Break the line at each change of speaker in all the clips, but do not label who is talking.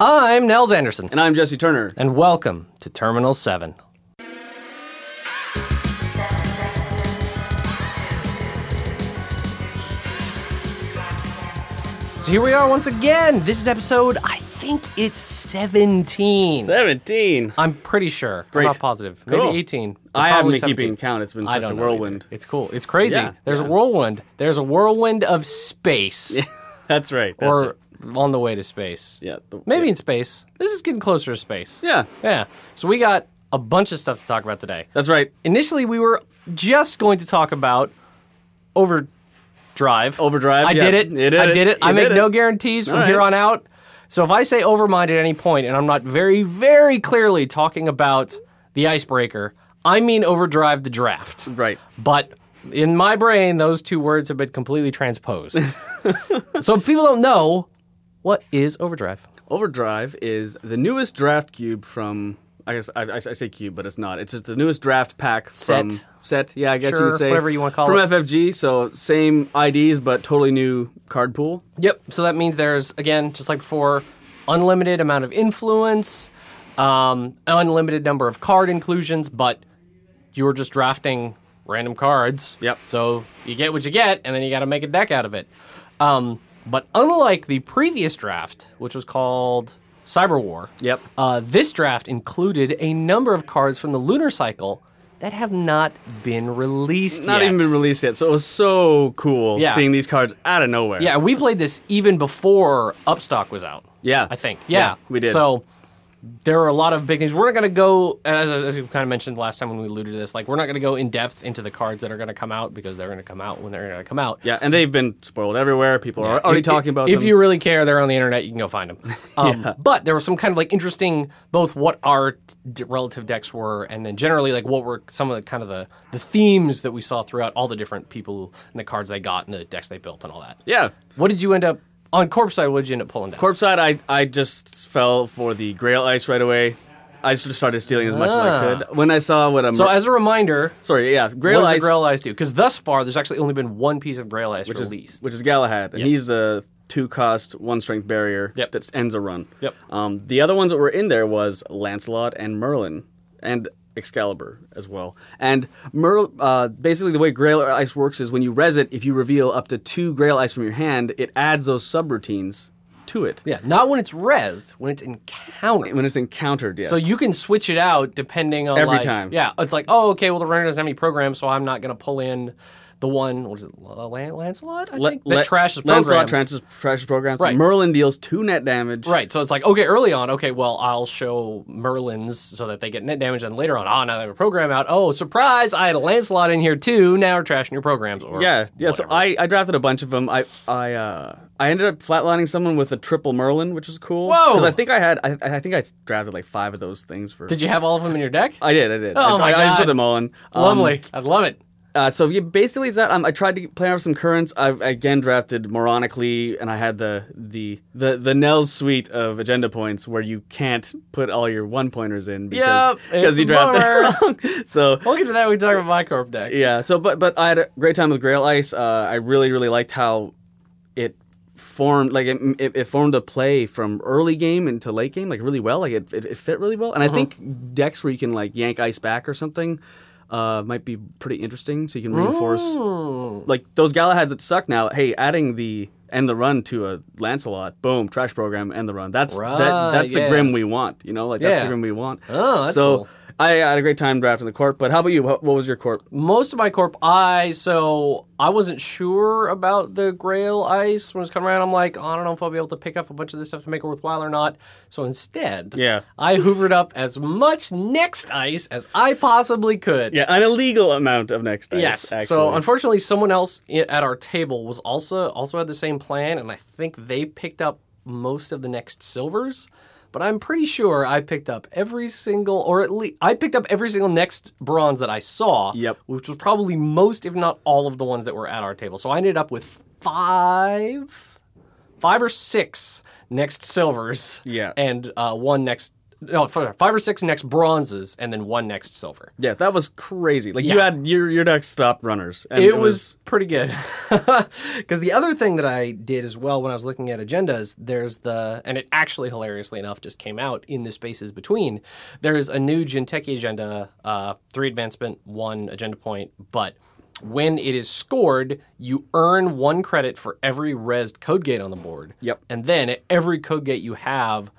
I'm Nels Anderson,
And I'm Jesse Turner.
and welcome to Terminal 7. So here we are once again. This is episode, I think it's 17.
17.
I'm pretty sure.
Great.
I'm not positive.
Cool.
Maybe 18. but
I haven't
probably
been
17.
keeping count. It's been
I
such a
don't know
whirlwind.
either. It's cool. It's crazy.
Yeah,
There's
yeah.
a whirlwind. There's a whirlwind of space.
That's right. That's
or
it.
on the way to space.
Yeah, the-
Maybe in space. This is getting closer to space.
Yeah.
Yeah. So we got a bunch of stuff to talk about today.
That's right.
Initially, we were just going to talk about overdrive.
Overdrive,
I
yeah.
did it.
You did
I
it.
did it.
You
I make
did it.
no guarantees from
All
here
right.
on out. So if I say overmind at any point and I'm not very, very clearly talking about the icebreaker, I mean overdrive the draft.
Right.
But in my brain, those two words have been completely transposed. so if people don't know, what is overdrive?
Overdrive is the newest draft cube from. I guess I, I say cube, but it's not. It's just the newest draft pack from
Set.
set. Yeah, I guess you
Sure,
could say
whatever you wanna call
from
it.
FFG. So same IDs, but totally new card pool.
Yep. So that means there's again, just like before, unlimited amount of influence, um, unlimited number of card inclusions, but you're just drafting random cards.
Yep.
So you get what you get, and then you got to make a deck out of it. Um, but unlike the previous draft, which was called Cyber War,
Yep.
uh, this draft included a number of cards from the lunar cycle that have not been released
Not
yet.
even been released yet. So it was so cool
Yeah.
seeing these cards out of nowhere.
Yeah, we played this even before Upstock was out.
Yeah.
I think.
Yeah,
Yeah,
we did.
So there are a lot of big things. We're not going to go, as, as we kind of mentioned last time when we alluded to this, like we're not going to go in depth into the cards that are going to come out because they're going to come out when they're going to come out.
Yeah, and they've been spoiled everywhere. People are already
If-
talking about
If
them.
you really care, they're on the internet. You can go find them. Um, But there were some kind of like interesting, both what our d- relative decks were, and then generally like what were some of the kind of the, the themes that we saw throughout all the different people and the cards they got and the decks they built and all that.
yeah.
What did you end up on Corpse side? What did you end up pulling down?
Corpse side, I, I just fell for the Grail Ice right away. I just started stealing as much as I
Ah.
could. When I saw what I'm
so as a reminder,
sorry, yeah,
what
Grail
does the
Ice,
Grail Ice do? Because thus far, there's actually only been one piece of Grail Ice
which is
released.
which is Galahad, and
Yes.
he's the two cost one strength barrier
Yep.
that ends a run.
Yep.
Um, the other ones that were in there was Lancelot and Merlin and Excalibur as well. And Merl, uh, basically the way Grail Ice works is when you res it, if you reveal up to two Grail Ice from your hand, it adds those subroutines to it.
yeah, not when it's rezzed, when it's encountered.
When it's encountered, yes.
So you can switch it out depending on
Every
like-
time.
Yeah, it's like oh, okay, well the runner doesn't have any programs, so I'm not gonna pull in the one. What is it, La- Lan- Lancelot? I think that trashes programs.
Lancelot trashes, trashes programs.
Right.
Merlin deals two net damage.
Right, so it's like okay, early on, okay, well, I'll show Merlins so that they get net damage, and later on, ah, now they have a program out. Oh, surprise! I had a Lancelot in here too. Now we're trashing your programs. Or
Yeah, yeah. So
whatever.
I, I drafted a bunch of them. I I uh, I ended up flatlining someone with a triple Merlin, which was cool.
Whoa!
Because I think I had I, I think I drafted like five of those things for.
did you have all of them in your deck?
I did, I did.
Oh
I,
my
I, I just put
God.
them all in. Um,
Lovely, I love it.
Uh, so yeah, basically, it's that um, I tried to play around with some currents. I again drafted moronically, and I had the the the the Nels suite of agenda points where you can't put all your one pointers in because
Yep, it's
you
a
drafted them wrong. So
We'll get to that when we talk about my corp deck.
Yeah. So, but but I had a great time with Grail Ice. Uh, I really really liked how it formed like it, it, it formed a play from early game into late game like really well. Like it it, it fit really well.
Uh-huh.
And I think decks where you can like yank ice back or something. Uh, might be pretty interesting, so you can reinforce
Oh. Hmm.
like those Galahads that suck now. Hey, adding the end the run to a Lancelot, boom, trash program, end the run. That's that,
Right,
that's the
yeah.
grim we want, you know, like that's the
Yeah.
grim we want.
Oh, that's
so
cool.
I had a great time drafting the corp. But how about you? What, what was your corp?
Most of my corp, I so I wasn't sure about the Grail Ice when it was coming around. I'm like, "Oh, I don't know if I'll be able to pick up a bunch of this stuff to make it worthwhile or not. So instead,
Yeah.
I hoovered up as much next ice as I possibly could.
Yeah, an illegal amount of next dice.
Yes.
actually.
So unfortunately, someone else i- at our table was also also had the same plan, and I think they picked up most of the next silvers. But I'm pretty sure I picked up every single, or at least I picked up every single next bronze that I saw.
Yep.
Which was probably most, if not all, of the ones that were at our table. So I ended up with five, five or six next silvers.
Yeah.
And uh, one next no f- five or six next bronzes and then one next silver.
Yeah, that was crazy. Like you
Yeah.
had your your next stop runners. And
It, was, pretty good. Because the other thing that I did as well when I was looking at agendas, there's the, and it actually hilariously enough just came out in the spaces between. There's a new Jinteki agenda, uh, three advancement, one agenda point, but when it is scored, you earn one credit for every res code gate on the board.
Yep.
And then every code gate you have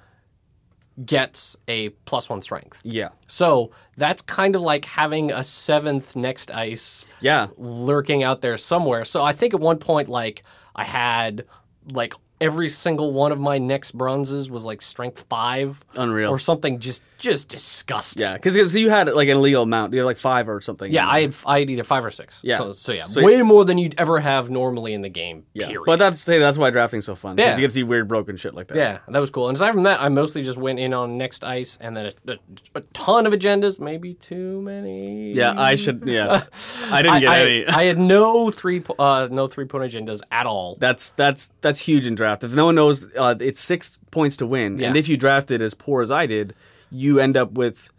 gets a plus one strength.
yeah.
So that's kind of like having a seventh next ice
Yeah.
lurking out there somewhere. So I think at one point, like I had like every single one of my next bronzes was like strength five,
Unreal.
or something just just disgusting.
Yeah, because you had like an illegal amount. You had like five or something.
Yeah, I had I had either five or six.
Yeah.
So, so yeah,
So-
way more than you'd ever have normally in the game.
Yeah.
Period.
But that's hey, that's why drafting's so fun. 'cause
Yeah.
you get to see weird broken shit like that.
yeah, that was cool. And aside from that, I mostly just went in on next ice, and then a, a, a ton of agendas, maybe too many.
Yeah, I should. Yeah, I didn't get
I,
any.
I had no three po- uh, no three point agendas at all.
that's that's that's huge in draft. If no one knows, uh, it's six points to win,
Yeah.
and if you drafted as poor as I did, you end up with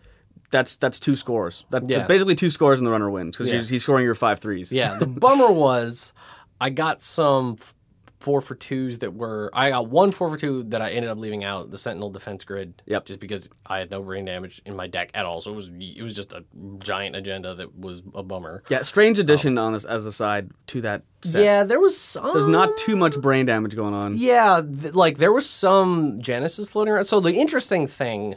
that's that's two scores. That,
Yeah.
basically two scores, and the runner wins because
Yeah.
he's, he's scoring your five threes.
Yeah, the bummer was I got some f- four for twos that were I got one four for two that I ended up leaving out the Sentinel Defense Grid.
Yep.
Just because I had no brain damage in my deck at all, so it was it was just a giant agenda that was a bummer.
yeah. Strange addition on this as a side to that set.
Oh. Yeah, there was some.
There's not too much brain damage going on.
Yeah, th- like there was some Genesis floating around. So the interesting thing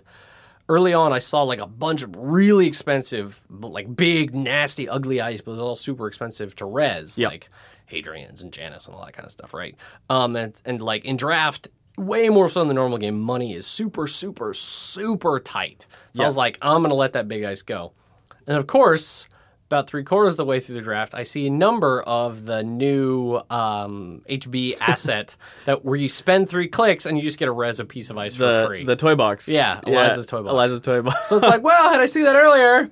early on, I saw like a bunch of really expensive, but, like big, nasty, ugly ice, but it was all super expensive to res,
Yep.
like Hadrian's and Janus and all that kind of stuff, right? Um, and, and like in draft, way more so than the normal game, money is super, super, super tight. So I was like, I'm gonna let that big ice go. And of course, about three quarters of the way through the draft, I see a number of the new um, HB asset that where you spend three clicks and you just get a res a piece of ice
The
for free.
the toy box.
Yeah, Eliza's toy box.
Eliza's toy box.
so it's like, well, had I seen that earlier,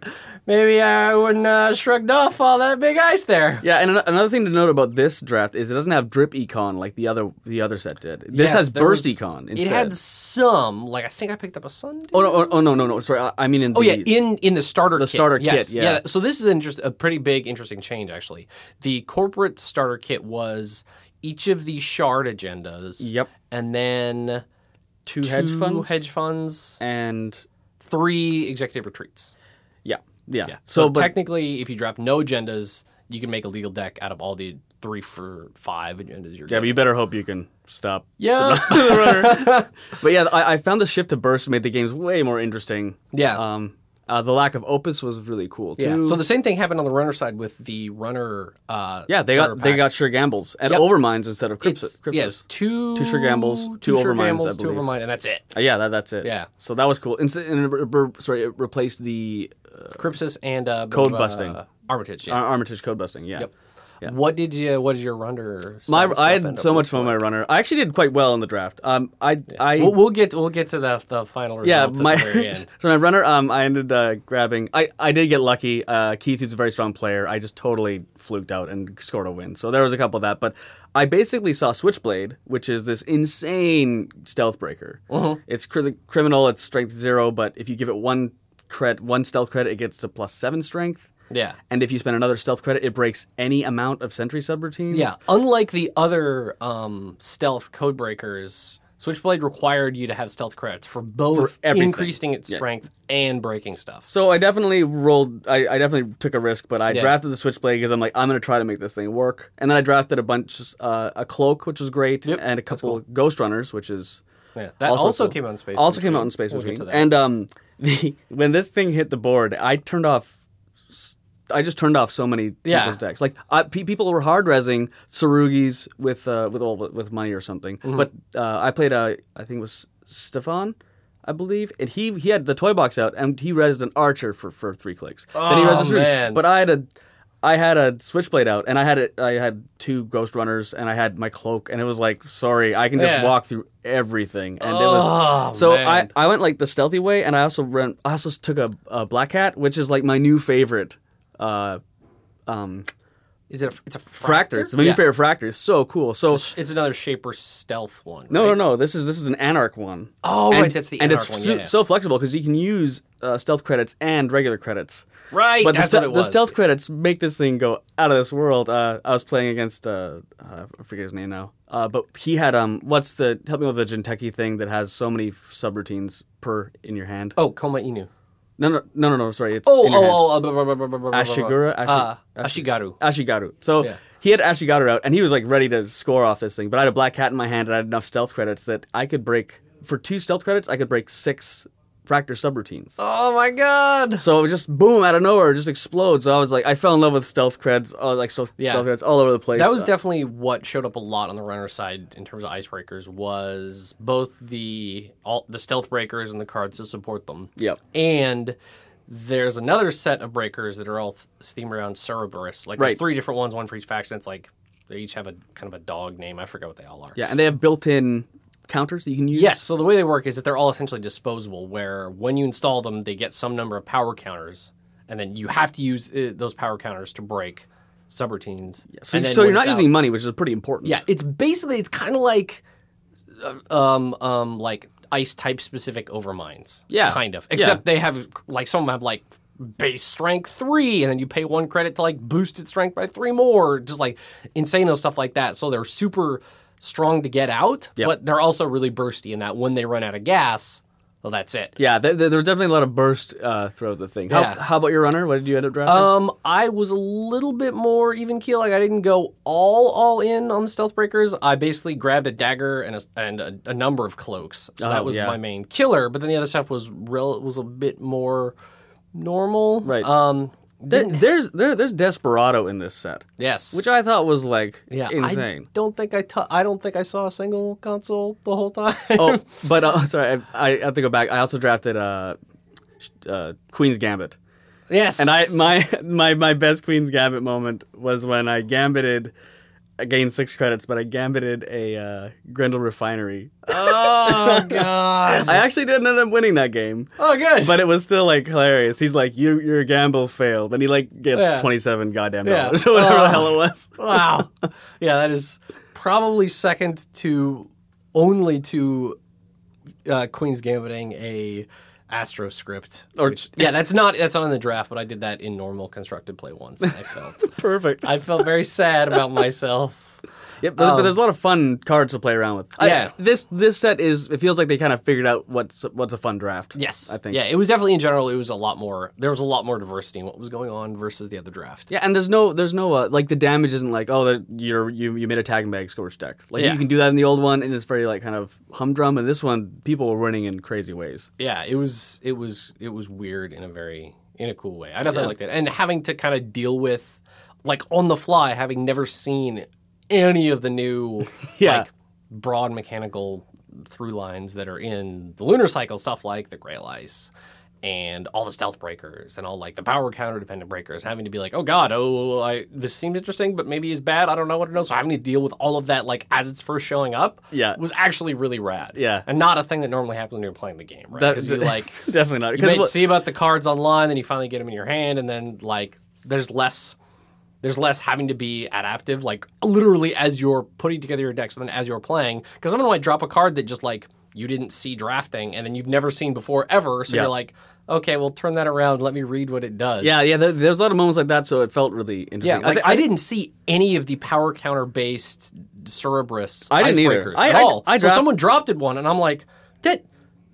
maybe I wouldn't uh, shrugged off all that big ice there.
Yeah, and an- another thing to note about this draft is it doesn't have drip econ like the other the other set did. This
Yes,
has
there
burst
was-
econ
It
instead.
had some, like I think I picked up a Sunday.
oh no, oh, oh, no, no, no. Sorry, I, I mean in
Oh
the,
yeah, in in the starter the kit.
starter
Yes,
kit, yeah.
So this is an interest, a pretty big interesting change actually. The corporate starter kit was each of the shard agendas.
Yep.
And then two
hedge funds?
hedge funds,
and
three executive retreats.
yeah, yeah.
Yeah. So,
So, but
technically, if you draft no agendas, you can make a legal deck out of all the three for five agendas you're
yeah, but you better hope you can stop.
yeah.
But yeah, I, I found the shift to burst made the games way more interesting.
Yeah.
Um, uh, the lack of opus was really cool too.
yeah. So the same thing happened on the runner side with the runner. Uh,
Yeah, they
starter
got they
pack.
got sure gambles and
Yep.
overminds instead of
It's,
crypts. crypts.
yes, two
Two sure gambles, two
sure
overminds, I
gambles, two
believe.
overmind, and that's it.
Uh, yeah, that, that's it.
Yeah.
So that was cool. Instead, and it, re- re- sorry, it replaced the
Crypsis and uh,
Code
uh,
busting.
Armitage.
Ar-
Yeah.
Armitage code busting. Yeah.
What did you? What did your runner?
My,
side stuff
I
end
had
up
so
with?
much fun with my runner. I actually did quite well in the draft. Um, I, I,
We'll, we'll get we'll get to the the final
yeah,
results
my
at the very end.
so my runner. Um, I ended uh, grabbing. I, I did get lucky. Uh, Keith, who's a very strong player, I just totally fluked out and scored a win. So there was a couple of that, but I basically saw Switchblade, which is this insane stealth breaker.
Uh-huh.
It's cr- criminal. It's strength zero, but if you give it one cred, one stealth credit, it gets to plus seven strength.
Yeah.
And if you spend another stealth credit, it breaks any amount of sentry subroutines.
Yeah, unlike the other um, stealth code breakers, Switchblade required you to have stealth credits for both
everything.
increasing its strength and breaking stuff.
So I definitely rolled. I, I definitely took a risk, but I
Yeah.
drafted the switchblade because I'm like, I'm gonna try to make this thing work. And then I drafted a bunch, uh, a cloak, which was great,
Yep,
and a couple ghost runners, which is
Yeah, that also,
cool.
came out in space.
Also came
Between.
out in space
We'll get
between.
to that.
And um, the, when this thing hit the board, I turned off. I just turned off so many
Yeah.
people's decks. Like I, pe- people were hard resing Sarugis with uh, with all with money or something.
Mm-hmm.
But uh, I played a I think it was Stefan, I believe, and he he had the toy box out and he resed an archer for, for three clicks. then he
Oh,
resed a Sarugis.
man.
But I had a I had a switchblade out and I had a, I had two ghost runners and I had my cloak and it was like sorry I can just
Yeah.
walk through everything and it
Oh,
was so
man.
I I went like the stealthy way, and I also ran. I also took a, a black hat, which is like my new favorite, uh, um,
Is it? A, it's a fractor.
Fractor. It's the Mini
Yeah.
Ferret Fractor. It's so cool. So
It's, it's another Shaper stealth one.
no,
right?
no, no. This is this is an Anarch one.
Oh,
and,
right, that's the
and
Anarch
it's
one.
su-
yeah, yeah.
so flexible because you can use uh, stealth credits and regular credits.
right,
but
that's
the,
what
ste-
it
the
was.
stealth credits make this thing go out of this world. Uh, I was playing against uh, uh, I forget his name now, uh, but he had um what's the help me with the Jinteki thing that has so many subroutines per in your hand.
Oh, Koma Inu.
No, no, no, no, no. Sorry, it's
Oh,
in your hand.
oh, oh, uh, blah, blah, blah, blah, blah, blah, blah.
Ashigura? Ashi-
Uh, Ashigaru.
Ashigaru. So
Yeah.
he had Ashigaru out, and he was like ready to score off this thing. But I had a black cat in my hand, and I had enough stealth credits that I could break for two stealth credits. I could break six fractor subroutines.
Oh my God.
So it was just boom out of nowhere, it just explodes. So I was like, I fell in love with stealth creds, uh, like stealth,
Yeah.
stealth creds all over the place.
That was
Uh,
definitely what showed up a lot on the runner side in terms of icebreakers was both the all the stealth breakers and the cards to support them.
Yep.
And there's another set of breakers that are all th- themed around Cerberus. Like there's
Right.
three different ones, one for each faction. It's like they each have a kind of a dog name. I forget what they all are.
yeah, and they have built-in counters that you can use.
Yes. So the way they work is that they're all essentially disposable, where when you install them, they get some number of power counters, and then you have to use uh, those power counters to break subroutines.
So,
And then
so
when
you're not
it's out-
using money, which is pretty important.
Yeah, it's basically it's kind of like, uh, um, um, like ice type specific overmines.
Yeah.
kind of.
Yeah.
Except they have like some of them have like base strength three, and then you pay one credit to like boost its strength by three more. Just like insane stuff like that. So they're super strong to get out,
Yep.
but they're also really bursty in that when they run out of gas, well, that's it.
Yeah, there, there there was definitely a lot of burst uh, throughout the thing. How,
Yeah.
how about your runner? What did you end up drafting?
Um, I was a little bit more even keel. Like I didn't go all all in on the stealth breakers. I basically grabbed a dagger and a, and a, a number of cloaks. So that was
Oh, yeah.
my main killer. But then the other stuff was real was a bit more normal.
Right.
Um.
There- there's there, there's Desperado in this set,
Yes.
which I thought was like
yeah.
insane.
I don't think I t- I don't think I saw a single console the whole time.
oh, but uh, sorry, I, I have to go back. I also drafted uh, sh- uh, Queen's Gambit,
yes.
and I my my my best Queen's Gambit moment was when I gambited. I gained six credits, but I gambited a uh, Grendel refinery.
oh god.
I actually didn't end up winning that game,
Oh good.
but it was still like hilarious. He's like, "You your gamble failed," and he like gets
Yeah.
twenty seven goddamn
Yeah.
dollars or whatever the
Oh.
hell it was.
wow. Yeah, that is probably second to only to uh, Queen's Gambiting a Astro script.
Or-
which- yeah, that's not that's not in the draft, but I did that in normal constructed play once. And I felt
Perfect.
I felt very sad about myself.
Yep, but, but there's a lot of fun cards to play around with. I-
Oh. Yeah.
this this set is. It feels like they kind of figured out what's what's a fun draft.
Yes,
I think.
Yeah, it was definitely in general. It was a lot more. There was a lot more diversity in what was going on versus the other draft.
Yeah, and there's no there's no uh, like the damage isn't like oh that you're you you made a tag and bag scorch deck like
Yeah.
you can do that in the old one and it's very like kind of humdrum and this one people were running in crazy ways.
yeah, it was it was it was weird in a very in a cool way. I definitely liked it, and having to kind of deal with like on the fly, having never seen any of the new
Yeah.
like broad mechanical through lines that are in the lunar cycle stuff, like the Grail Ice and all the stealth breakers and all like the power counter dependent breakers, having to be like, oh god, oh I this seems interesting, but maybe is bad. I don't know what to know. So having to deal with all of that like as it's first showing up,
Yeah.
was actually really rad,
Yeah.
and not a thing that normally happens when you're playing the game, right?
That-
Because you like
definitely not
you may
because
see about the cards online, then you finally get them in your hand, and then like there's less there's less having to be adaptive, like literally as you're putting together your decks and then as you're playing, because someone might drop a card that just like you didn't see drafting and then you've never seen before ever, so
Yeah.
you're like, okay, well turn that around, let me read what it does.
yeah yeah there, there's a lot of moments like that so it felt really
Yeah,
interesting.
like
thi-
I, didn't see any of the power counter based Cerberus
I didn't either.
icebreakers
I-
at
I-
all.
I
so
dropped-
someone dropped it one, and I'm like, that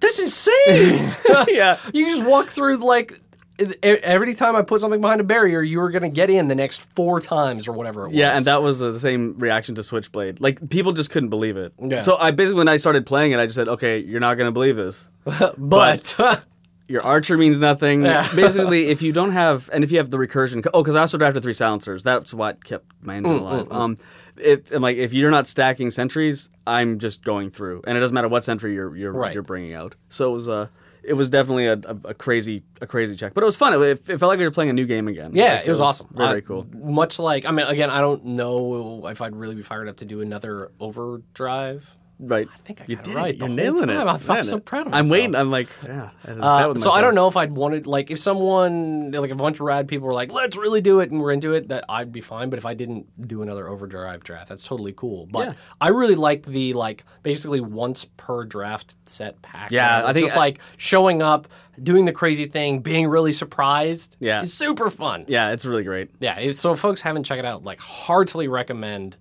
that's insane.
yeah
you just walk through like e- every time I put something behind a barrier, you were gonna get in the next four times or whatever it was.
Yeah, and that was the same reaction to Switchblade. Like people just couldn't believe it.
Yeah.
So I basically when I started playing it, I just said, "Okay, you're not gonna believe this.
but,
Your archer means nothing. basically, if you don't have and if you have the recursion, oh, because I also drafted three silencers. That's what kept my
Mm,
engine alive. Um, if and like if you're not stacking sentries, I'm just going through, and it doesn't matter what sentry you're you're,
Right.
you're bringing out. So it was uh, it was definitely a, a, a crazy a crazy check, but it was fun. It, it felt like we were playing a new game again.
yeah,
Like,
it was awesome.
Very,
I-
very cool.
Much like I mean, again, I don't know if I'd really be fired up to do another overdrive.
right.
I think I
you
got
did
it right.
You're
the whole
nailing
time.
it.
I'm, I'm
Nailing
so
it.
proud of
I'm
myself.
waiting. I'm like, yeah. I just- that
Uh,
was
so I
myself.
don't know if I'd wanted like if someone like a bunch of rad people were like, let's really do it and we're into it, that I'd be fine. But if I didn't do another overdrive draft, that's totally cool. But
Yeah.
I really liked the like basically once per draft set pack.
Yeah,
Like,
I think-
just like showing up, doing the crazy thing, being really surprised.
Yeah.
is super fun.
Yeah, it's really great.
Yeah, if- so if folks haven't checked it out, like heartily recommend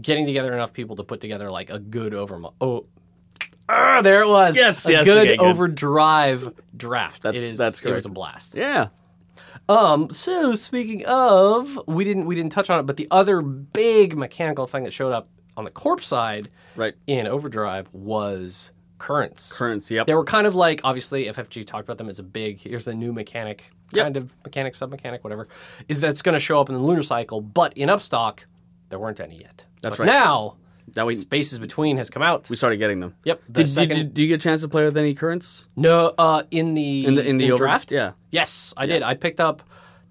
getting together enough people to put together like a good over oh ah, there it was.
Yes,
a
yes,
good
okay, good.
overdrive draft.
That's-
it is
that's
it was
correct.
a blast.
Yeah.
Um so speaking of, we didn't we didn't touch on it, but the other big mechanical thing that showed up on the corpse side
Right.
in overdrive was currents.
Currency. Yep.
They were kind of like obviously FFG talked about them as a big here's a new mechanic
Yep.
kind of mechanic sub mechanic whatever is that's going to show up in the lunar cycle but in upstock there weren't any yet.
That's
but
right.
Now
That we
spaces between has come out.
we started getting them.
yep. The
Did, did,
second,
did, did you get a chance to play with any currents
no uh, in the
in the in the over-
draft?
Yeah.
Yes, I did. I picked up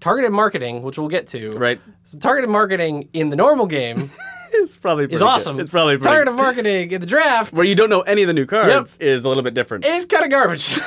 targeted marketing, which we'll get to.
Right.
So targeted marketing in the normal game
It's probably pretty
is
good.
awesome.
It's probably pretty
targeted marketing in the draft
where you don't know any of the new cards is a little bit different.
It's kind of garbage.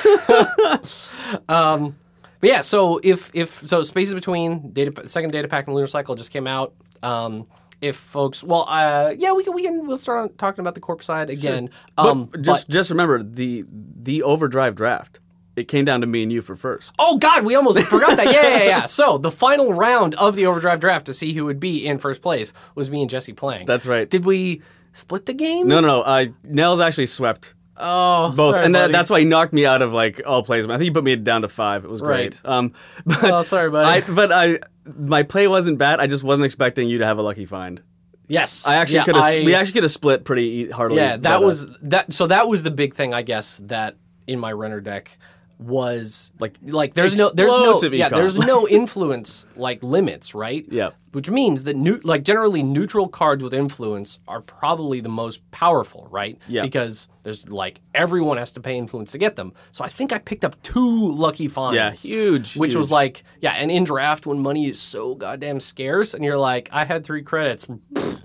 um, but yeah, so if if so, spaces between data second data pack and lunar cycle just came out. Um, if folks, well, uh, yeah, we can we can we'll start on talking about the corp side again. Um,
but just just remember the the overdrive draft. It came down to me and you for first.
Oh God, we almost forgot that. Yeah, yeah, yeah. So the final round of the Overdrive draft to see who would be in first place was me and Jesse playing.
That's right.
Did we split the games?
No, no, no. Uh, Nels actually swept
Oh,
both,
sorry,
and that,
buddy.
that's why he knocked me out of like all plays. I think he put me down to five. It was great.
Right.
Um, but
Oh, sorry,
I,
buddy.
but I, my play wasn't bad. I just wasn't expecting you to have a lucky find.
yes,
I actually
Yeah,
could have.
I-
We actually could have split pretty e- hardly.
Yeah,
but,
that
uh,
was that. So that was the big thing, I guess, that in my runner deck was
Like,
like there's no there's no
explosive
yeah
econ.
there's no influence like limits, right?
Yeah.
Which means that new like generally neutral cards with influence are probably the most powerful, right?
Yeah.
Because there's like everyone has to pay influence to get them. So I think I picked up two lucky finds.
Yeah, huge,
Which was
huge.
like yeah, and in draft when money is so goddamn scarce, and you're like, I had three credits,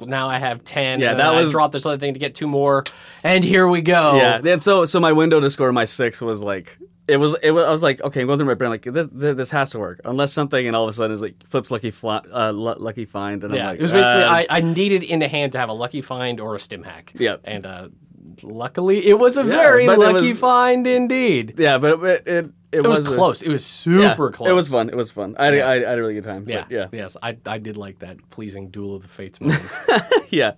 now I have ten.
Yeah,
and
that
I
was-
drop this other thing to get two more, and here we go.
Yeah, Oh, and so so my window to score my six was like it was it was I was like okay I'm going through my brain like this this, this has to work unless something and all of a sudden it's like flips lucky fly, uh, lu- lucky find and I'm
Yeah,
like
it was basically
uh,
I, I needed into hand to have a lucky find or a stim hack.
Yeah.
and uh, luckily it was a very
but it
lucky
was-
find indeed.
yeah but it it, it,
It was
a-
close. It was super
yeah,
close.
It was fun. It was fun. I had, I, I had a really good time.
Yeah,
but yeah,
Yes, I, I did like that pleasing duel of the fates moment.
yeah.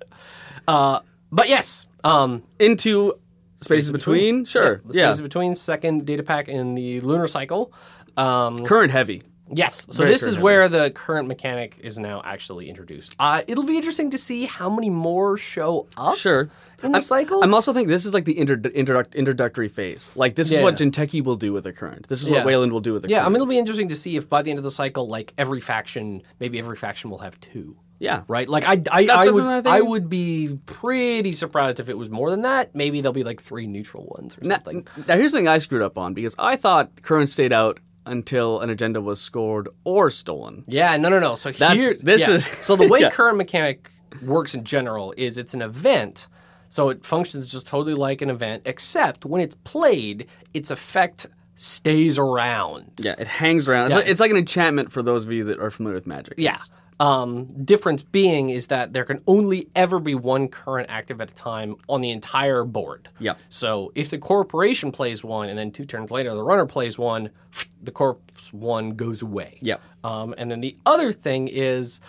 but yes, um,
Into spaces between, sure.
the
Yeah,
spaces between second data pack and the lunar cycle. Um,
current heavy.
Yes. So
Very
this is
current,
where the current mechanic is now actually introduced. Uh, it'll be interesting to see how many more show up.
Sure.
In the
I'm-
cycle?
I'm also thinking this is like the inter- introduct- introductory phase. Like this
Yeah.
is what Jinteki will do with the current. This is
Yeah.
what Wayland will do with the
Yeah, I
current.
mean, it'll be interesting to see if by the end of the cycle, like every faction, maybe every faction will have two.
Yeah.
Right. Like I, I, I
that's
would,
what I think.
I would be pretty surprised if it was more than that. Maybe there'll be like three neutral ones or
Now,
something.
now here's the thing I screwed up on because I thought current stayed out until an agenda was scored or stolen.
Yeah, no, no, no. So
That's-
here,
this
yeah.
is-
so the way
yeah.
current mechanic works in general is it's an event, so it functions just totally like an event, except when it's played, its effect stays around.
Yeah, it hangs around. It's, like, it's like an enchantment for those of you that are familiar with magic.
Yeah. Um, difference being is that there can only ever be one current active at a time on the entire board.
Yep.
So if the corporation plays one, and then two turns later the runner plays one, the corpse one goes away.
Yep.
Um, and then the other thing is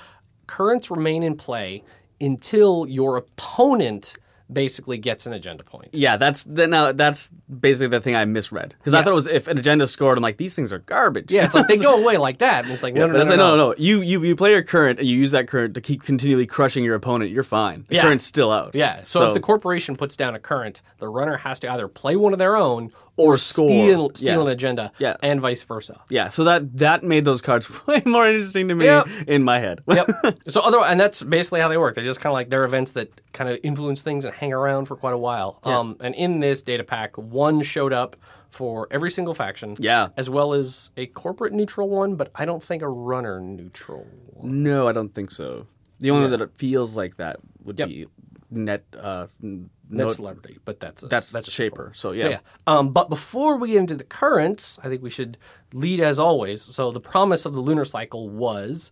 currents remain in play until your opponent basically gets an agenda point.
Yeah, that's the, now that's basically the thing I misread because I thought it was if an agenda scored, I'm like these things are garbage.
Yeah, it's like they go away like that, and it's like no, no,
But
no,
it's
no,
like,
no.
no, no. You, you you play your current and you use that current to keep continually crushing your opponent. You're fine. The
Yeah.
current's still out.
Yeah. So, if the corporation puts down a current, the runner has to either play one of their own
Or score.
steal, steal
Yeah.
an agenda,
Yeah.
and vice versa.
yeah, so that that made those cards way more interesting to me
Yep.
in my head.
Yep. so other and that's basically how they work. They're just kind of like they're events that kind of influence things and hang around for quite a while. Um, and in this data pack, one showed up for every single faction.
Yeah.
As well as a corporate neutral one, but I don't think a runner neutral. one.
No, I don't think so. The only one that it feels like that would be net uh, n-
That's
no-
celebrity, but that's a,
that's
that's a
shaper. So yeah.
So yeah. Um, but before we get into the currents, I think we should lead as always. So the promise of the lunar cycle was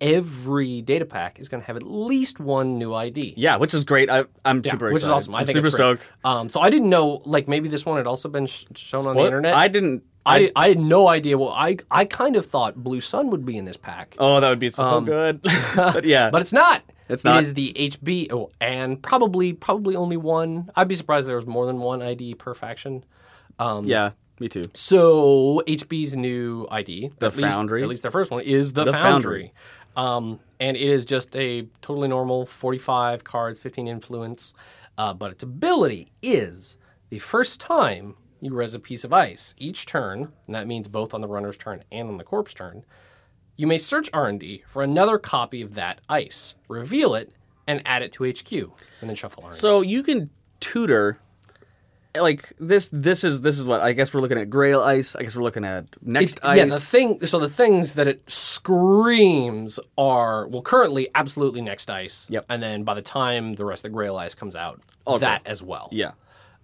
every data pack is going to have at least one new ID.
Yeah, which is great. I, I'm
Yeah,
super excited.
which is awesome. I
I'm
think
super
it's great.
stoked.
Um, so I didn't know like maybe this one had also been sh- shown on the
What?
internet.
I didn't. I,
I, I had no idea. Well, I I kind of thought Blue Sun would be in this pack,
oh, that would be so
Um,
good. but yeah,
but it's not.
It's
It
not.
is the HB, oh, and probably probably only one. I'd be surprised if there was more than one ID per faction. um,
yeah, me too.
So HB's new ID, the at least,
Foundry.
at least their first one, is the,
The
Foundry, Um, and it is just a totally normal 45 cards, 15 influence, uh, but its ability is the first time you res a piece of ice each turn, and that means both on the runner's turn and on the corpse turn. You may search R&D for another copy of that ice, reveal it, and add it to HQ, and then shuffle R&D.
So you can tutor like this this is this is what I guess we're looking at grail ice. I guess we're looking at next
It's-
ice.
Yeah, the thing. So the things that it screams are well, currently absolutely next ice.
Yep.
And then by the time the rest of the Grail ice comes out, that as well.
Yeah.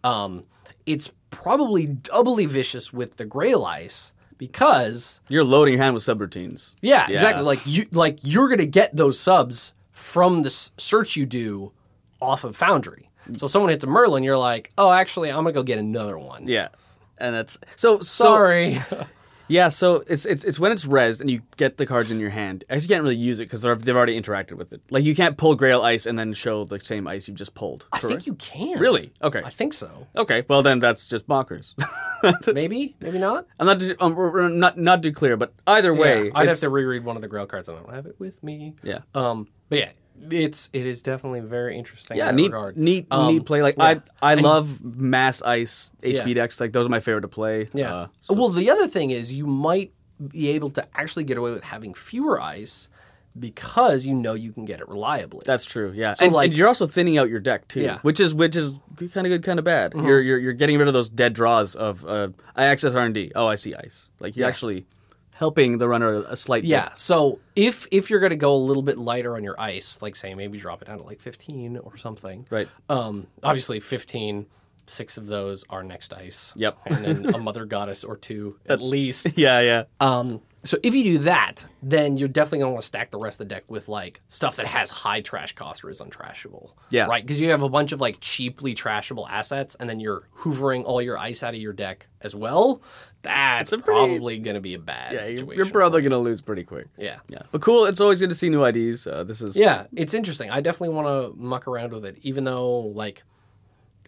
Um, it's probably doubly vicious with the Grail ice because
You're loading your hand with subroutines.
yeah,
Yeah.
exactly. Like you like you're gonna get those subs from the s- search you do off of Foundry. So someone hits a Merlin, you're like, oh, actually, I'm gonna go get another one.
Yeah. And that's so, so
Sorry.
Yeah, so it's it's it's when it's resed and you get the cards in your hand. I just can't really use it because they've already interacted with it. Like you can't pull grail ice and then show the same ice you just pulled.
I think you can.
Really? Okay.
I think so.
Okay. Well, then that's just bonkers.
Maybe, maybe not.
I'm not um, we're- we're not not too clear, but either way,
Yeah, I'd have
it's-
to reread one of the Grail cards. I don't have it with me.
Yeah.
Um. But yeah, it's it is definitely very interesting.
yeah,
in that
neat,
regard.
neat,
Um,
neat play. Like
yeah.
I, I love mass ice HB
Yeah.
decks. Like those are my favorite to play.
Yeah.
Uh,
Well, the other thing is you might be able to actually get away with having fewer ice because you know you can get it reliably.
that's true. Yeah, and,
like-
and you're also thinning out your deck too,
Yeah.
which is which is kind of good, kind of bad. You're, you're you're getting rid of those dead draws of uh, I access R and D. Oh, I see ice. Like you're actually helping the runner a slight. bit.
yeah. So if if you're going to go a little bit lighter on your ice, like say maybe drop it down to like 15 or something.
Right.
Um. Obviously, 15. Six of those are next ice.
Yep.
And then a mother goddess or two at least.
Yeah. Yeah.
Um, so if you do that, then you're definitely gonna want to stack the rest of the deck with like stuff that has high trash cost or is untrashable.
Yeah.
Right? Because you have a bunch of like cheaply trashable assets, and then you're hoovering all your ice out of your deck as well. That's
a pretty-
probably gonna be a bad
yeah you're,
situation.
you're probably gonna lose pretty quick.
yeah.
Yeah. But cool. It's always good to see new IDs. Uh, this is
Yeah, it's interesting. I definitely want to muck around with it, even though like,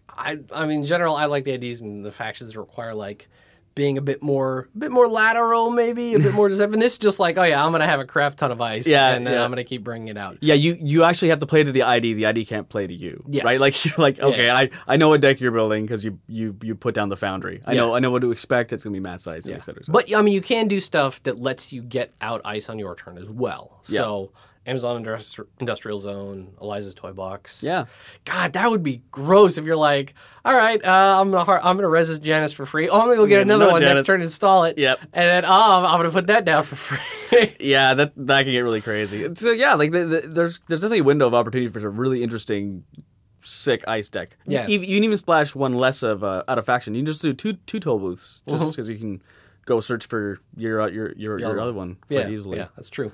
I I mean, in general, I like the IDs and the factions that require like being a bit more, a bit more lateral, maybe a bit more deceptive. And this is just like, oh yeah, I'm gonna have a crap ton of ice,
Yeah,
and then
yeah.
I'm gonna keep bringing it out.
Yeah, you, you actually have to play to the ID. The ID can't play to you,
Yes.
right? Like you're like, okay,
yeah.
I, I know what deck you're building because you, you you put down the foundry. I know
Yeah.
I know what to expect. It's gonna be mass size, and et cetera. et cetera.
But I mean, you can do stuff that lets you get out ice on your turn as well. So Amazon Industri- Industrial Zone, Eliza's Toy Box.
Yeah.
God, that would be gross if you're like, all right, uh, I'm gonna har- I'm gonna res this Janus for free. Oh, I'm gonna go get another
no
one next
Janus.
turn, install it.
Yep.
And then um, I'm gonna put that down for free.
yeah, that that can get really crazy. So yeah, like the, the, there's there's definitely a window of opportunity for a really interesting, sick ice deck.
Yeah.
you, you can even splash one less of uh, out of faction. You can just do two two toll booths
Mm-hmm.
just because you can go search for your uh, your your, your other one quite
yeah,
easily.
yeah, that's true.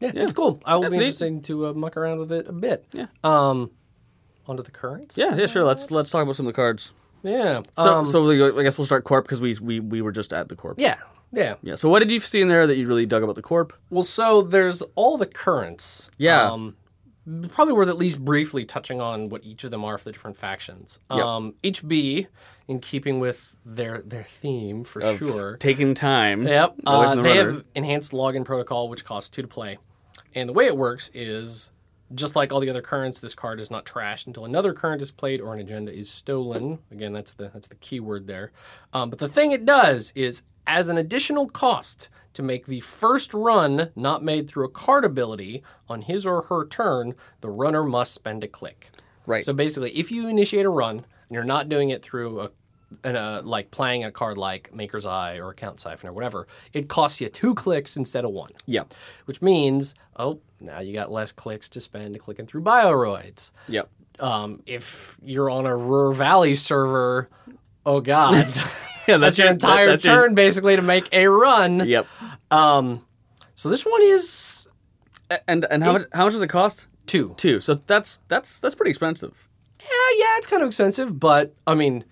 Yeah, it's cool. I will
That's
be
neat.
interesting to uh, muck around with it a bit.
Yeah.
Um, onto the currents.
yeah, yeah, sure. Let's let's talk about some of the cards.
Yeah.
So,
um,
so we go, I guess we'll start corp because we, we we were just at the corp.
yeah. Yeah.
Yeah. So what did you see in there that you really dug about the corp?
Well, so there's all the currents.
Yeah.
Um, probably worth at least briefly touching on what each of them are for the different factions. Um, HB, in keeping with their their theme for sure.
Taking time.
Yep.
Mm-hmm. away
Uh,
from the
they
runner.
have enhanced login protocol, which costs two to play. And the way it works is just like all the other currents, this card is not trashed until another current is played or an agenda is stolen. Again, that's the that's the key word there. Um, but the thing it does is, as an additional cost to make the first run not made through a card ability on his or her turn, the runner must spend a click.
Right.
So basically, if you initiate a run and you're not doing it through a and uh, like playing a card like Maker's Eye or Account Siphon or whatever, it costs you two clicks instead of one.
Yeah.
Which means, oh, now you got less clicks to spend clicking through Bioroids.
Yep.
um, if you're on a Ruhr Valley server, oh god,
Yeah,
that's your entire
that's your-
turn basically to make a run.
Yep.
Um, so this one is
A- And and how much, how much does it cost?
two.
Two. So that's that's that's pretty expensive.
Yeah, Eh, yeah, it's kind of expensive, but I mean,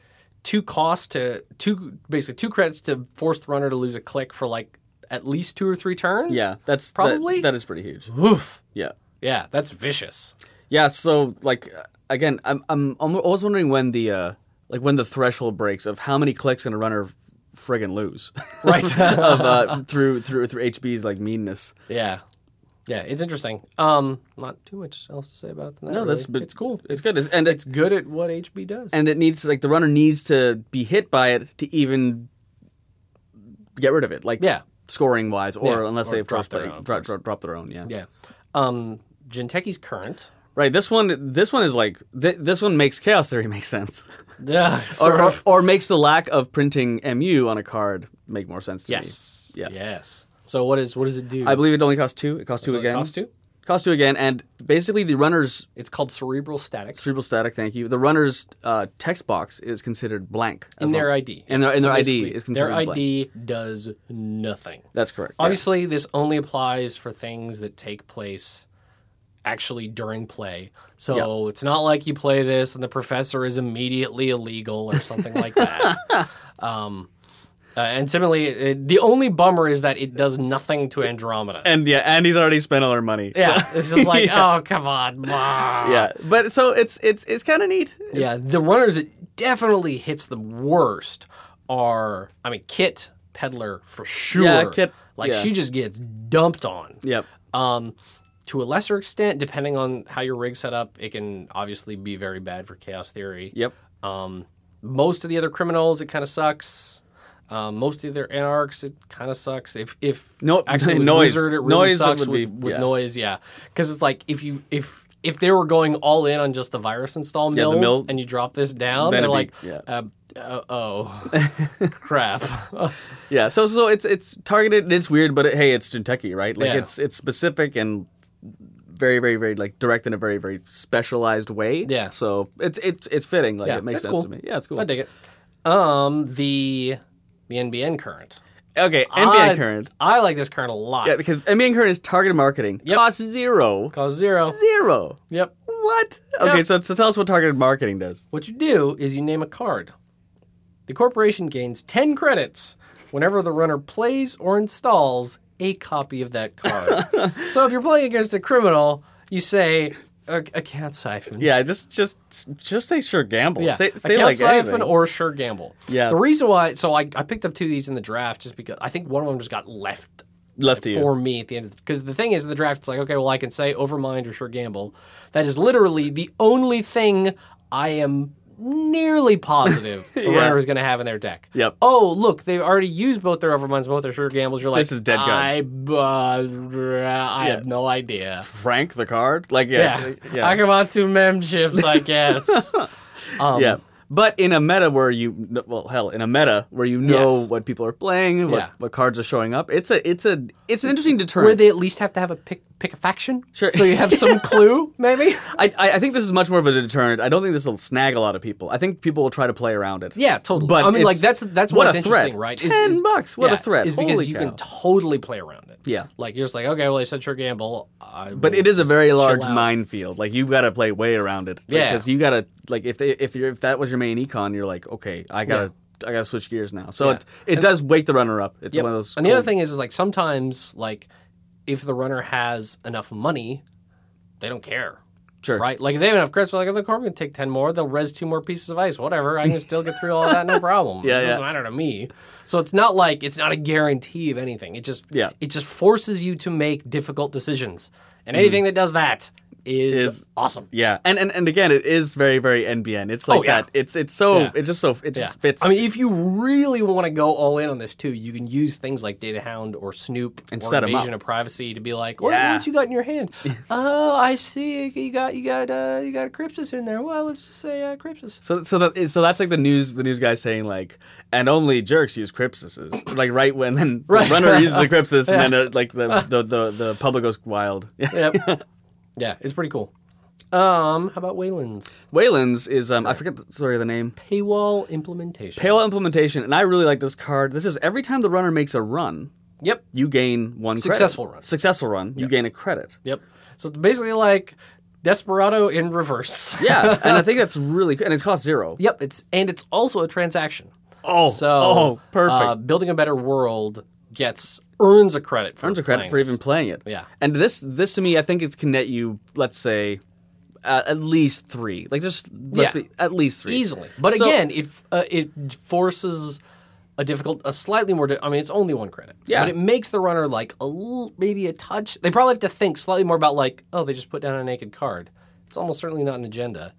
two costs to two basically two credits to force the runner to lose a click for like at least two or three turns.
Yeah, that's that-
Probably?
that is pretty huge.
Oof.
Yeah.
Yeah, that's vicious.
Yeah, so like uh, again, I'm I'm I'm always wondering when the uh like when the threshold breaks of how many clicks can a runner friggin' lose
Right.
of uh, through through through HB's like meanness.
yeah. Yeah, it's interesting. Um, not too much else to say about it. Than that,
No, that's
really.
but
it's cool.
It's, good, and
It's good at what HB does.
and it needs like the runner needs to be hit by it to even get rid of it. Like
Yeah.
scoring wise, or
Yeah,
unless
or
they've
drop
dropped their
their
own,
own,
drop, drop, drop their own. Yeah.
yeah, um, Gentechi's current.
right. This one, this one is like th- this one makes chaos theory make sense,
Yeah,
or,
sort
or,
of.
or makes the lack of printing mu on a card make more sense to me.
Yes.
Yeah.
Yes. So what is what does it do?
I believe it only costs two. It costs two
So it
again.
costs two?
Costs two again, and basically the runner's
It's called cerebral statics.
cerebral static. Thank you. The runner's uh, text box is considered blank as
in
long-
their ID.
And their, and
So
their ID
basically,
is considered
their
blank.
ID does nothing.
That's correct. yeah.
Obviously, this only applies for things that take place actually during play. So it's not like you play this and the professor is immediately illegal or something like that. Um, uh, and similarly, it, the only bummer is that it does nothing to Andromeda.
And yeah, and he's already spent all our money. so-
Yeah, it's just like, oh come on, blah.
yeah. But so it's it's it's kind of neat.
Yeah, the runners that definitely hits the worst are, I mean, Kit Peddler for sure.
Yeah, Kit-
Like
yeah.
she just gets dumped on.
Yep.
Um, to a lesser extent, depending on how your rig's set up, it can obviously be very bad for chaos theory.
Yep.
Um, most of the other criminals, it kind of sucks. Um, most of their anarchs, it kind of sucks. If if
No-
actually with
noise.
Wizard, it really
Noise
sucks
would be-
with, with
yeah.
noise, yeah. Because it's like if you if if they were going all in on just the virus install
Yeah,
mills
the mill-
and you drop this down,
Then
they're like,
it'd be- yeah.
uh, uh, oh, crap.
Yeah. So so it's it's targeted. and It's weird, but it, hey, it's Kentucky, right? Like
Yeah.
it's it's specific and very very very like direct in a very very specialized way.
Yeah.
So it's it's it's fitting. Like
Yeah,
it makes
that's
sense
cool.
to me. Yeah, it's cool.
I dig it. Um, the the NBN current.
Okay, NBA
I-
current.
I like this current a lot.
Yeah, because NBA current is targeted marketing.
Yep.
Costs zero.
Cause zero.
Zero.
Yep.
What? Okay,
Yep.
so so tell us what targeted marketing does.
What you do is you name a card. The corporation gains 10 credits whenever the runner plays or installs a copy of that card. so if you're playing against a criminal, you say a, a cat siphon.
Yeah, just just just say sure gamble.
Yeah,
Say, say
a cat
like
siphon
anything.
or sure gamble.
Yeah.
The reason why, so I, I picked up two of these in the draft just because I think one of them just got left
left to you.
for me at the end of because the thing is in the draft it's like okay well I can say overmind or sure gamble that is literally the only thing I am nearly positive the
Yeah.
runner is going to have in their deck.
Yep.
Oh look, they've already used both their overminds, both their sure gambles. You're like
This is dead gun.
I, uh, I have no idea.
Frank the card. Like
Yeah.
yeah, yeah,
Akamatsu mem chips, I guess. um,
yeah. But in a meta where you kn- well hell in a meta where you know
Yes.
what people are playing, what,
Yeah.
what cards are showing up, it's a it's a it's an interesting
Where
deterrent.
they at least have to have a pick pick a faction,
Sure.
so you have some clue, maybe.
I, I I think this is much more of a deterrent. I don't think this will snag a lot of people. I think people will try to play around it.
Yeah, totally.
But
I mean,
it's-
like that's that's
what
what's
a threat.
interesting, right? Is-
Ten
is-
bucks. What
yeah,
a threat.
Is because
Holy
you
cow.
can totally play around it.
Yeah.
like you're just like, okay, well, I said your gamble, I
But
will
it is a
just
very
chill
large
out.
minefield. Like you've got to play way around it. Like,
Yeah.
because you got to like if they, if you're if that was your main econ, you're like okay, I gotta I gotta switch gears now. So
Yeah.
it it does wake the runner up. It's
Yep.
one of those.
And the
cool-
other thing is, is like sometimes, like if the runner has enough money, they don't care.
Sure.
Right, like if they have enough credits, they're like, "Oh, the corp can take ten more. They'll res two more pieces of ice. Whatever, I can still get through all that, no problem.
Yeah,
it doesn't
yeah.
matter to me." So it's not like it's not a guarantee of anything. It just,
Yeah.
it just forces you to make difficult decisions, and anything that does that is,
Mm. Is-
awesome.
Yeah, and, and and again, it is very very NBN. It's like
Oh, yeah.
that. It's it's so
Yeah.
it's just so it just fits.
I mean, if you really want to go all in on this too, you can use things like Data Hound or Snoop
And
or
set 'em
Invasion
up.
of Privacy to be like, what,
Yeah.
what you got in your hand? oh, I see. You got you got uh, you got a Crypsis in there. Well, let's just say uh, Crypsis.
so so that so that's like the news the news guy saying like and only jerks use crypsises like right when then the
Right.
runner uses the crypsis and then uh, like the, the the the public goes wild. Yeah.
Yep. yeah, it's pretty cool. Um, how about Wayland's
Wayland's is um, I forget the, sorry the name.
paywall implementation?
Paywall implementation, and I really like this card. This is every time the runner makes a run,
yep.
you gain one credit.
Successful run.
Successful run, you gain a credit.
Yep. So it's basically like Desperado in reverse.
Yeah, and I think that's really cool. And it costs zero.
Yep, it's and it's also a transaction.
Oh,
So
oh, perfect.
Uh, building a better world gets earns a credit. For
earns a credit
playing
for
this.
even playing it.
Yeah.
And this this to me, I think it's can net you, let's say, uh, at least three. Like just let's
Yeah.
be, at least three
easily. But
So-
again, it uh, it forces a difficult, a slightly more. Di- I mean, it's only one credit.
Yeah.
But it makes the runner like a l- maybe a touch. They probably have to think slightly more about like, oh, they just put down a naked card. It's almost certainly not an agenda.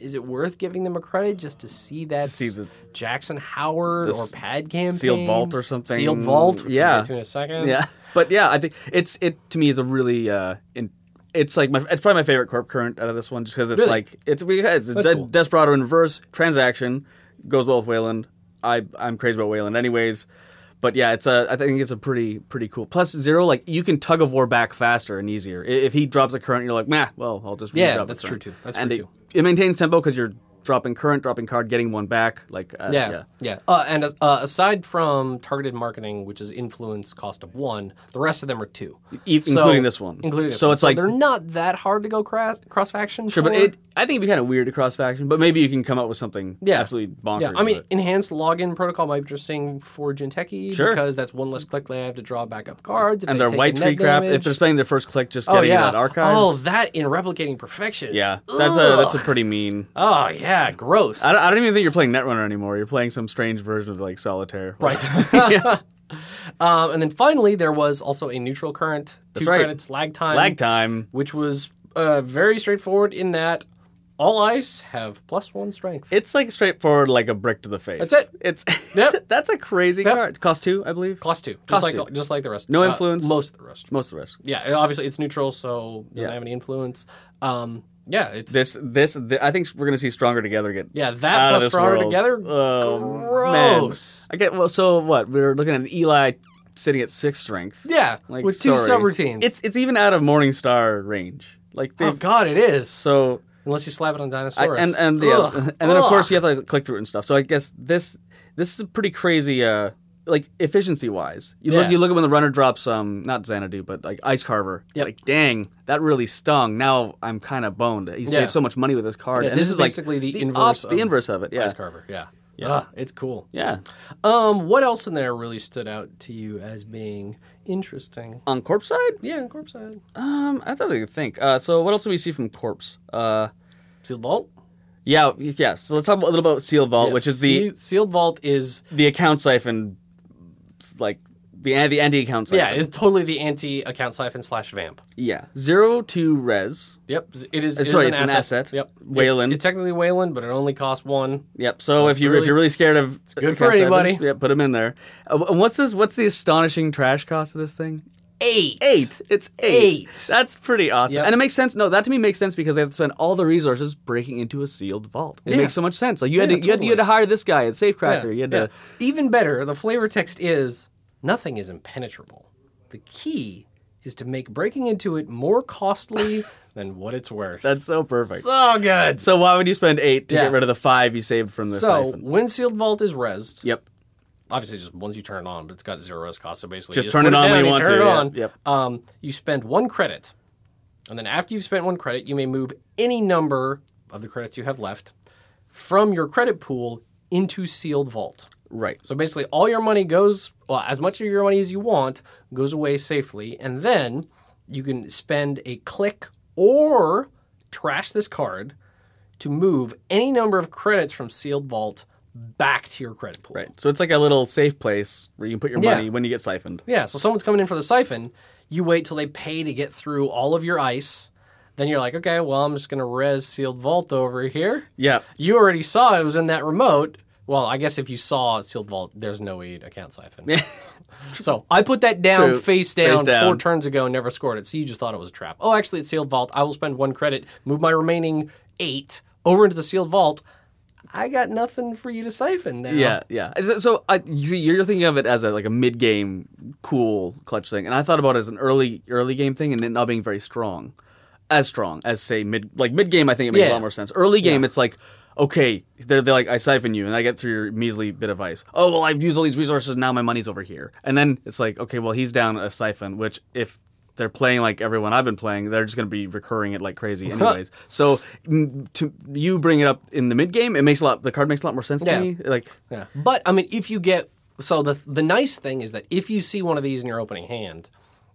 Is it worth giving them a credit just to see that
see the-
Jackson Howard or
s-
Pad campaign,
sealed vault or something.
sealed vault? which we'll
Yeah.
get to in a second.
Yeah. But yeah, I think it's it to me is a really uh, in, it's like my it's probably my favorite corp current out of this one just because it's
Really?
like it's we it's
That's
De-
cool.
Desperado in reverse transaction goes well with Wayland. I I'm crazy about Wayland anyways. But yeah, it's a. I think it's a pretty pretty cool. Plus zero, like you can tug of war back faster and easier. I- If he drops a current, you're like, nah, well, I'll just
Yeah,
re-drop the
that's true
current."
too. That's
and
true
it,
too.
It maintains tempo because you're dropping current, dropping card, getting one back. Like uh,
Yeah,
yeah,
yeah. Uh, and uh, aside from targeted marketing, which is influence cost of one, the rest of them are two,
E- including this one.
Including this
So
one.
it's like-
they're not that hard to go cross cross faction.
Sure, but it, I think it'd be kind of weird to cross faction, but maybe you can come up with something
Yeah.
absolutely bonkers.
yeah, I mean,
with it.
enhanced login protocol might be interesting for Genteki
Sure.
because that's one less click they have to draw backup cards. If
and
they
their
take
white
a
tree
net
crap. If
damage.
they're spending their first click just
oh
getting
yeah,
that archives.
oh that in replicating perfection.
yeah, that's a that's a pretty mean.
Oh yeah, gross.
I don't, I don't even think you're playing Netrunner anymore. You're playing some strange version of like Solitaire.
Right. um, and then finally, there was also a neutral current, two
right.
credits lag time.
Lag time.
which was uh, very straightforward in that all ice have plus one strength.
It's like straightforward, like a brick to the face.
That's it.
It's
Yep.
that's a crazy
Yep.
card. Cost two, I believe.
Plus two, just
Plus
like
two.
just like the rest.
No
uh,
influence.
most of the rest.
Most of the rest.
Yeah, and obviously it's neutral, so doesn't
Yeah.
have any influence. Um, yeah, it's
This this th I think we're gonna see stronger together get
yeah
out
that
of
plus
this
stronger
world.
together.
Um, man.
gross.
I get well. So what? We are looking at an Eli sitting at six strength.
Yeah,
Like,
with two
sorry.
subroutines.
It's it's even out of Morningstar range. Like they
oh god, it is.
so
Unless you slap it on
I,
dinosaurs.
and and yeah,
Ugh.
and then of course
Ugh.
you have to like, click through it and stuff. So I guess this this is a pretty crazy uh like efficiency wise. You look
Yeah.
you look at when the runner drops um not Xanadu but like Ice Carver.
Yep.
Like dang, that really stung. Now I'm kind of boned. You
Yeah.
saved so much money with this card.
Yeah,
and
this
this
is
like,
basically the
op-
inverse of
the inverse of it. Yeah.
Ice Carver. Yeah, yeah, it's cool.
Yeah.
Um, what else in there really stood out to you as being interesting?
On corpse side,
Yeah, in Corpse Side.
um, I thought I could think. Uh, so what else do we see from corpse? Uh,
Sealed Vault?
yeah, yeah. So let's talk a little about Seal Vault, which is the
Se- Sealed Vault is
the account siphon, like the the anti account
yeah,
siphon.
is totally the anti account siphon slash vamp.
yeah. Zero to res.
Yep, it is. It is
Uh, sorry,
an
it's an
asset.
asset.
Yep,
Wayland.
It's, it's technically Wayland, but it only costs one.
Yep. So, if you
really-
if you're really scared of it's
good for anybody.
yeah, put them in there. Uh, and what's this? What's the astonishing trash cost of this thing?
Eight.
Eight. It's eight.
Eight.
That's pretty awesome,
Yep.
and it makes sense. No, that to me makes sense because they have to spend all the resources breaking into a sealed vault. It
Yeah.
makes so much sense. Like you had
Yeah,
to you, had, you had to
totally.
hire this guy at
Yeah,
Safecracker. You had
yeah.
to.
Even better, the flavor text is nothing is impenetrable. The key is to make breaking into it more costly than what it's worth.
That's so perfect. So,
so good.
why would you spend eight to
Yeah.
get rid of the five you saved from the
So
siphon?
when sealed vault is resed,
Yep.
obviously just once you turn it on, but it's got zero risk cost. So basically,
Just
you
turn
put
it on
down,
when you
you
want
turn
to,
It
yeah,
on.
yep.
Um, you spend one credit, and then after you've spent one credit, you may move any number of the credits you have left from your credit pool into sealed vault.
Right.
So basically, all your money goes, well, as much of your money as you want goes away safely, and then you can spend a click or trash this card to move any number of credits from sealed vault back to your credit pool.
Right. So it's like a little safe place where you can put your
Yeah.
money when you get siphoned.
Yeah, so someone's coming in for the siphon. You wait till they pay to get through all of your ice. Then you're like, okay, well, I'm just going to res sealed vault over here.
Yeah.
You already saw it was in that remote. Well, I guess if you saw sealed vault, there's no aid account siphon. so I put that down
True.
face down
Face down.
four turns ago and never scored it. So you just thought it was a trap. Oh, actually, it's sealed vault. I will spend one credit, move my remaining eight over into the sealed vault. I got nothing for you to siphon now.
Yeah, yeah. So, so I, you see, you're thinking of it as a, like a mid-game cool clutch thing, and I thought about it as an early, early game thing, and it not being very strong. as strong as say mid like mid game. I think it makes
Yeah.
a lot more sense. Early game, it's like okay, they're, they're like I siphon you and I get through your measly bit of ice. Oh well, I've used all these resources now. My money's over here, and then it's like okay, well he's down a siphon, which if they're playing like everyone I've been playing, they're just going to be recurring it like crazy anyways. so mm, to you bring it up in the mid game, it makes a lot. The card makes a lot more sense
Yeah.
to me. Like
Yeah. But I mean, if you get so the the nice thing is that if you see one of these in your opening hand,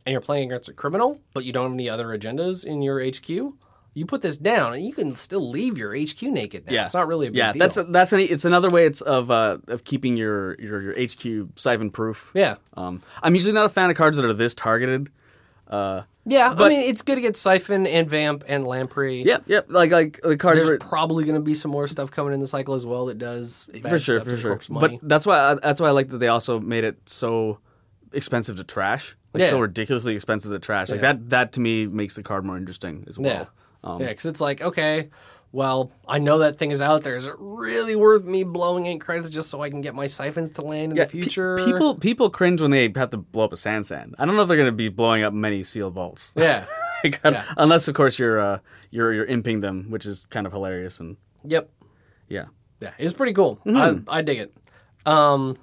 and you're playing against a criminal, but you don't have any other agendas in your HQ, you put this down, and you can still leave your HQ naked. Now.
Yeah,
It's not really a big
yeah.
deal.
That's that's an, it's another way it's of uh, of keeping your, your your HQ siphon proof.
yeah.
Um, I'm usually not a fan of cards that are this targeted.
Yeah. I mean, it's good to get Siphon and Vamp and Lamprey.
Yep, yep. Like like the cards
There's
are-
probably going to be some more stuff coming in the cycle as well that does bad
for sure,
stuff
for
to
sure.
corpse
But
money.
that's why I, that's why I like that they also made it so expensive to trash. Like so
Yeah.
ridiculously expensive to trash. Like
Yeah.
that that to me makes the card more interesting as well.
Yeah.
Um,
yeah, because it's like, okay, well, I know that thing is out there. Is it really worth me blowing eight credits just so I can get my siphons to land in the
pe-
future?
people people cringe when they have to blow up a sand sand. I don't know if they're going to be blowing up many seal vaults.
Yeah.
Like, Unless of course you're uh, you're you're imping them, which is kind of hilarious and
yep.
yeah.
Yeah, it's pretty cool.
Mm-hmm.
I, I dig it. Um,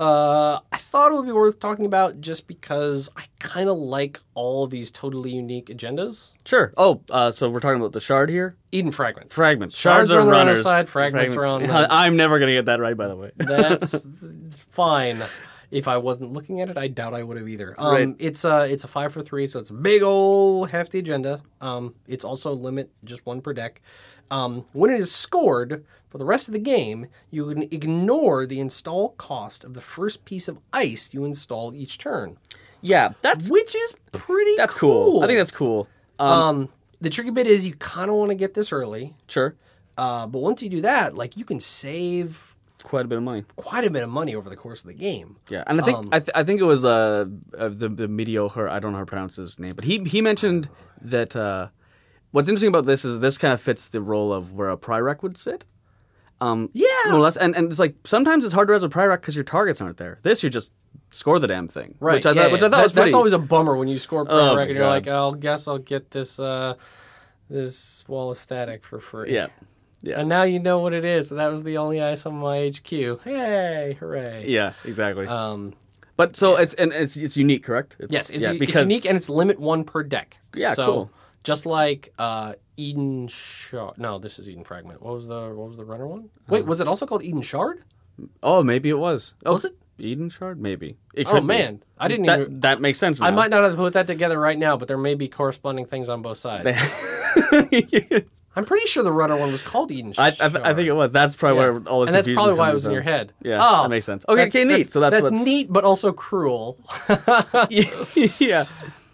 uh, I thought it would be worth talking about just because I kind of like all these totally unique agendas.
Sure. Oh, uh, so we're talking about the shard here.
Eden Fragment.
Fragments.
Shards
Shards,
are on the runner's
runners.
side, fragments are on the-
I'm never gonna get that right, by the way.
That's fine. If I wasn't looking at it, I doubt I would have either. Um,
Right.
It's a it's a five for three, so it's a big old hefty agenda. Um, it's also limit just one per deck. Um, when it is scored for the rest of the game, you can ignore the install cost of the first piece of ice you install each turn,
Yeah, that's
which is pretty.
that's cool. I think that's cool. Um,
um, the tricky bit is you kind of want to get this early,
sure,
uh, but once you do that, like you can save
quite a bit of money.
quite a bit of money over the course of the game.
Yeah, and I think
Um,
I, th- I think it was uh, uh the the mediocre. I don't know how to pronounce his name, but he he mentioned that. Uh, what's interesting about this is this kind of fits the role of where a Pryrek would sit. Um,
Yeah.
more or less, and and it's like sometimes it's harder as a Pryrek because your targets aren't there. This you just score the damn thing,
Right.
Which I
yeah,
thought, which I
yeah.
thought
That-
was pretty.
That's always a bummer when you score pro
Oh,
record. You're
God.
like, I'll guess I'll get this uh, this wall of static for free.
yeah, yeah,
And now you know what it is. That was the only ice on my HQ. Hey, hooray.
yeah, exactly.
Um,
But so it's and it's it's unique, correct? It's,
yes, it's,
yeah,
it's
because
unique and it's limit one per deck.
Yeah,
so,
cool.
Just like uh, Eden Shard. No, this is Eden Fragment. What was the what was the runner one? Wait,
Uh-huh.
was it also called Eden Shard?
Oh, maybe it was. Oh,
Was it?
Eden Shard? Maybe. It
Oh
could be.
man, I didn't
that
even.
that makes sense. Now.
I might not have put that together right now, but there may be corresponding things on both sides. I'm pretty sure the runner one was called Eden
I, I,
Shard.
I think it was. That's probably
Yeah.
where all this.
and that's
confusion's
probably why it
coming
was in
from.
your head.
Yeah,
oh,
that makes sense. Okay, okay, neat. so that's
that's
what's-
neat, but also cruel.
yeah,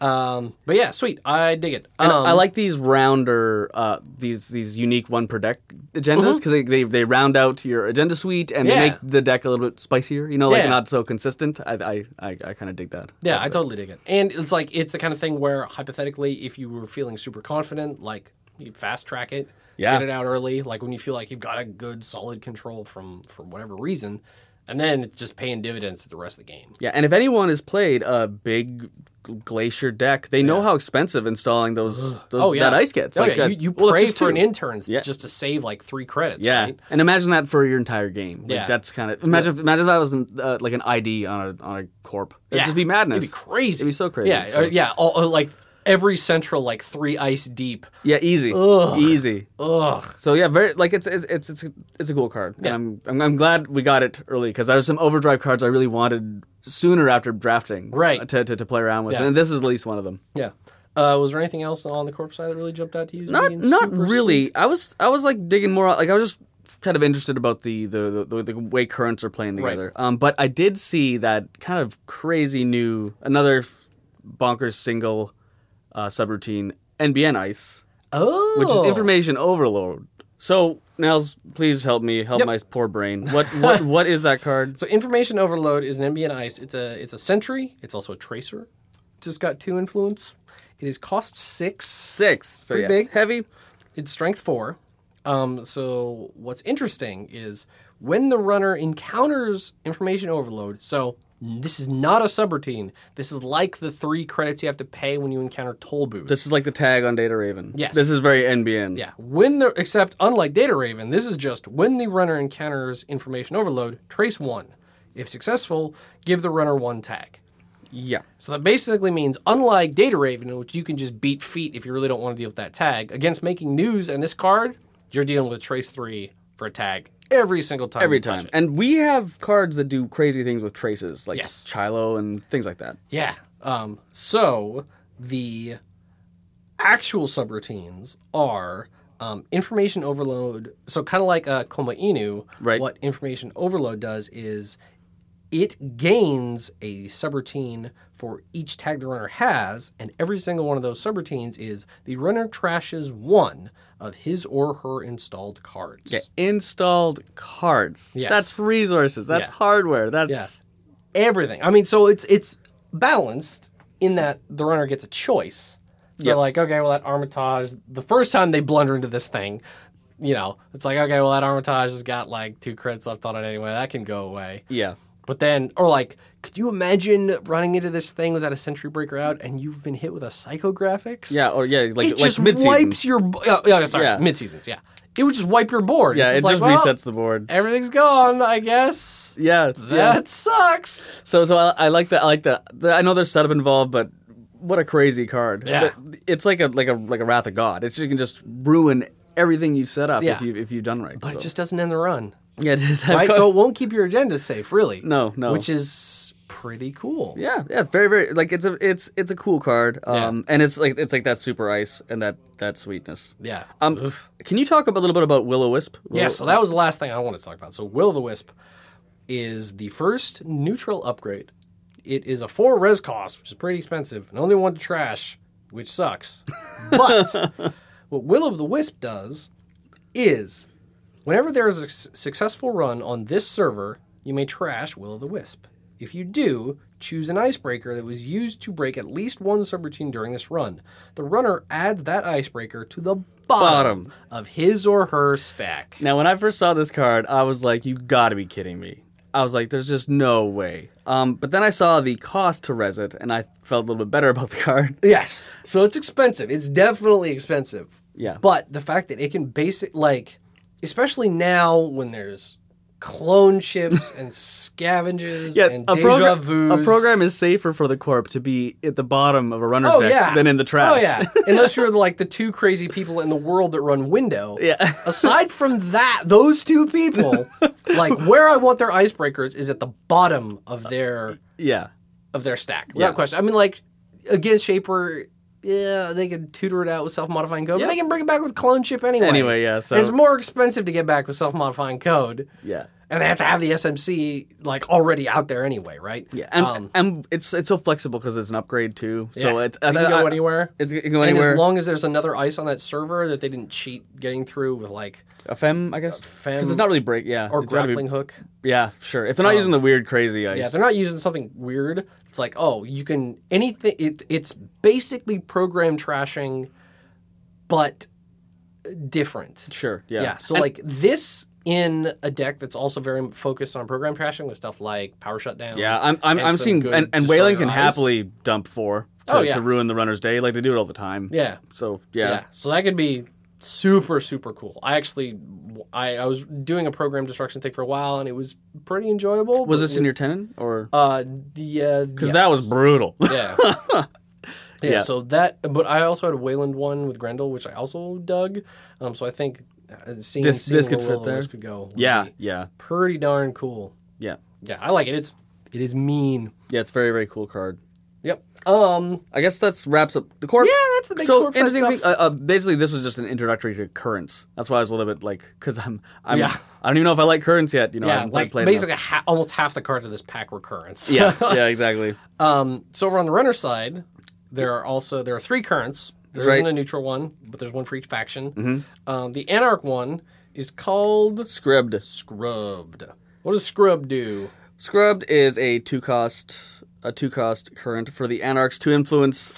Um, but yeah, sweet. I dig it.
and
Um,
I like these rounder, uh, these these unique one per deck agendas because they, they they round out your agenda suite
Mm-hmm.
and
Yeah.
they make the deck a little bit spicier. You know, like
Yeah.
not so consistent. I I I, I kind of dig that.
yeah, I totally dig it. And it's like it's the kind of thing where hypothetically, if you were feeling super confident, like you fast track it,
Yeah.
get it out early. Like when you feel like you've got a good solid control from from whatever reason, and then it's just paying dividends to the rest of the game.
Yeah, and if anyone has played a big glacier deck, they know how expensive installing those, those
Oh yeah,
that ice gets.
Oh,
like,
yeah.
uh,
you, you
well, it's
pray
just
for an
two.
intern
Yeah.
just to save like three credits.
Yeah,
right?
and imagine that for your entire game. Like,
Yeah.
that's kind of imagine. Imagine that was an, uh, like an ID on a on a corp. It'd just be madness.
It'd be crazy.
It'd be so crazy.
Yeah,
So-
or- yeah. All, uh, like every central, like three ice deep.
Yeah, easy, easy.
Ugh.
So yeah, very like it's it's it's it's, it's a cool card.
Yeah.
And I'm, I'm I'm glad we got it early because there was some overdrive cards I really wanted sooner after drafting. uh,
Right.
To to, to play around with,
Yeah.
and this is at least one of them.
Yeah. Uh, was there anything else on the corpse side that really jumped out to you? as
not
being
not
super
really. I was I was like digging more. Like I was just kind of interested about the the the, the way currents are playing
Right.
together. Um, but I did see that kind of crazy new another f- bonkers single uh, subroutine NBN ice,
Oh,
which is information overload. So Nels, please help me help my poor brain. What what what is that card?
So information overload is an NBN ice. It's a it's a sentry. It's also a tracer. Just got two influence. It is cost six.
Six. So
Pretty
yeah,
big.
it's heavy.
It's strength four. Um, so what's interesting is when the runner encounters information overload, so this is not a subroutine. This is like the three credits you have to pay when you encounter toll booths.
This is like the tag on Data Raven.
Yes.
This is very NBN.
Yeah. When the except unlike Data Raven, this is just when the runner encounters information overload, trace one. If successful, give the runner one tag.
Yeah.
So that basically means, unlike Data Raven, in which you can just beat feet if you really don't want to deal with that tag, against making news and this card, you're dealing with trace three for a tag every single time.
Every
you touch
time.
it.
And we have cards that do crazy things with traces, like
Yes.
Chilo and things like that.
Yeah. Um, so the actual subroutines are um, information overload. So kind of like a Koma Inu,
Right.
what information overload does is it gains a subroutine for each tag the runner has, and every single one of those subroutines is the runner trashes one of his or her installed cards.
Installed cards.
Yes.
That's resources. That's
Yeah.
hardware. That's
everything. I mean, so it's it's balanced in that the runner gets a choice. So
Yep.
like, okay, well that Armitage, the first time they blunder into this thing, you know, it's like, okay, well that Armitage has got like two credits left on it anyway. That can go away.
yeah.
But then, or like, could you imagine running into this thing without a Sentry Breaker out and you've been hit with a Psychographics?
Yeah, or yeah, like
it
like
just
mid-season.
wipes your. bo- Yeah, yeah, sorry,
Yeah.
mid seasons. Yeah, it would just wipe your board.
Yeah, it
It's
just
like, well,
resets the board.
Everything's gone, I guess.
Yeah, yeah.
That sucks.
So so I, I like that. I like that. The, I know there's setup involved, but what a crazy card.
Yeah.
The- it's like a like a like a wrath of God. It's you can just ruin everything you set up if
Yeah.
you if you've done right.
but
so.
it just doesn't end the run.
yeah, that
Right?
card-
So it won't keep your agenda safe, really.
No, no.
Which is pretty cool.
yeah, yeah, very very like it's a it's it's a cool card. Um, and it's like it's like that super ice and that that sweetness.
Yeah.
Um, can you talk a little bit about Will O Wisp?
yeah, so that was the last thing I wanted to talk about. So Will the Wisp is the first neutral upgrade. It is a four res cost, which is pretty expensive, and only one to trash, which sucks. But what Will of the Wisp does is whenever there is a s- successful run on this server, you may trash Will of the Wisp. If you do, choose an icebreaker that was used to break at least one subroutine during this run. The runner adds that icebreaker to the bottom,
Bottom.
of his or her stack.
Now, when I first saw this card, I was like, "You've got to be kidding me!" I was like, "There's just no way." Um, but then I saw the cost to res it, and I felt a little bit better about the card.
Yes. So it's expensive. It's definitely expensive.
Yeah.
But the fact that it can basic like especially now when there's clone chips and scavenges and
a,
deja
program-
vus.
a program is safer for the corp to be at the bottom of a runner's
oh,
deck
yeah.
than in the trash.
Oh yeah. Unless you're like the two crazy people in the world that run window.
Yeah.
Aside from that, those two people, like where I want their icebreakers is at the bottom of their
yeah,
of their stack. Without
Yeah.
question. I mean, like against Shaper, yeah, they can tutor it out with self-modifying code,
Yeah.
but they can bring it back with clone chip anyway.
Anyway, yeah, so-
it's more expensive to get back with self-modifying code,
yeah,
and they have to have the SMC like already out there anyway, right?
yeah. And,
um,
and it's it's so flexible because it's an upgrade too. So
yeah.
it's
you can go anywhere.
It's it can go
And as
anywhere.
long as there's another ice on that server that they didn't cheat getting through with like
a fem, I guess,
fem
because it's not really break. Yeah,
or
it's gotta be-
grappling hook.
yeah, sure. If they're not using the weird crazy ice.
Yeah, they're not using something weird. It's like, oh, you can anything. It, it's basically program trashing, but different.
sure.
Yeah.
Yeah.
so like this in a deck that's also very focused on program trashing with stuff like power shutdown.
Yeah, I'm I'm,
and
I'm
some
seeing
good
and, and
destroy
Whalen
your
can
eyes.
happily dump four to,
Oh, yeah.
to ruin the runner's day. Like they do it all the time.
Yeah.
So
Yeah.
yeah.
So that could be super super cool. I actually I, I was doing a program destruction thing for a while and it was pretty enjoyable.
Was
but
this in your tenon or
uh the uh,
because that was brutal.
Yeah. yeah.
Yeah.
So that, but I also had a Wayland one with Grendel, which I also dug. Um, so I think uh, seeing
This-
seeing
this could
where
fit
Will and Wisp
there.
Could go. would
yeah,
be
yeah,
Pretty darn cool.
yeah,
Yeah, I like it. It's it is mean.
yeah. It's a very very cool card.
Yep. Um.
I guess that's wraps up the corp.
Yeah, that's the big
so
corp side
interesting.
stuff.
thing- uh, uh, basically, this was just an introductory to currents. That's why I was a little bit like because I'm, I'm
Yeah.
I don't even know if I like currents yet. You know, Oh, I
Yeah.
haven't
Like
played enough.
basically, ha- almost half the cards of this pack were currents.
Yeah, yeah, exactly.
Um. So over on the runner side, there are also there are three currents. There
Right. Mm-hmm.
not a neutral one, but there's one for each faction. Um, the Anarch one is called
Scribbed.
Scrubbed. What does Scrub do?
Scrubbed is a two cost a two cost current for the Anarchs to influence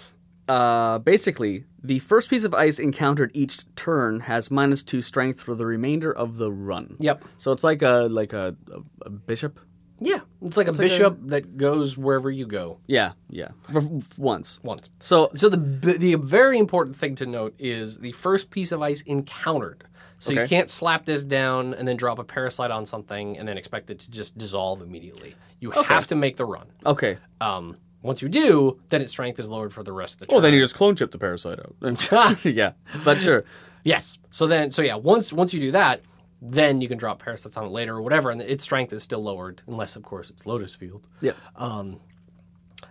uh, basically, the first piece of ice encountered each turn has minus two strength for the remainder of the run.
Yep.
So it's like a like a, a bishop.
Yeah, it's like a bishop that goes wherever you go
Yeah, yeah. For, for once.
once.
So
So the the very important thing to note is the first piece of ice encountered. So you
Okay.
can't slap this down and then drop a parasite on something and then expect it to just dissolve immediately. You have to make the run.
okay.
Um, once you do, then its strength is lowered for the rest of the turn.
Well, then you just clone chip the parasite out. yeah, but sure.
Yes. So then, so yeah, once once you do that, then you can drop parasites on it later or whatever, and its strength is still lowered, unless of course it's Lotus Field.
Yeah,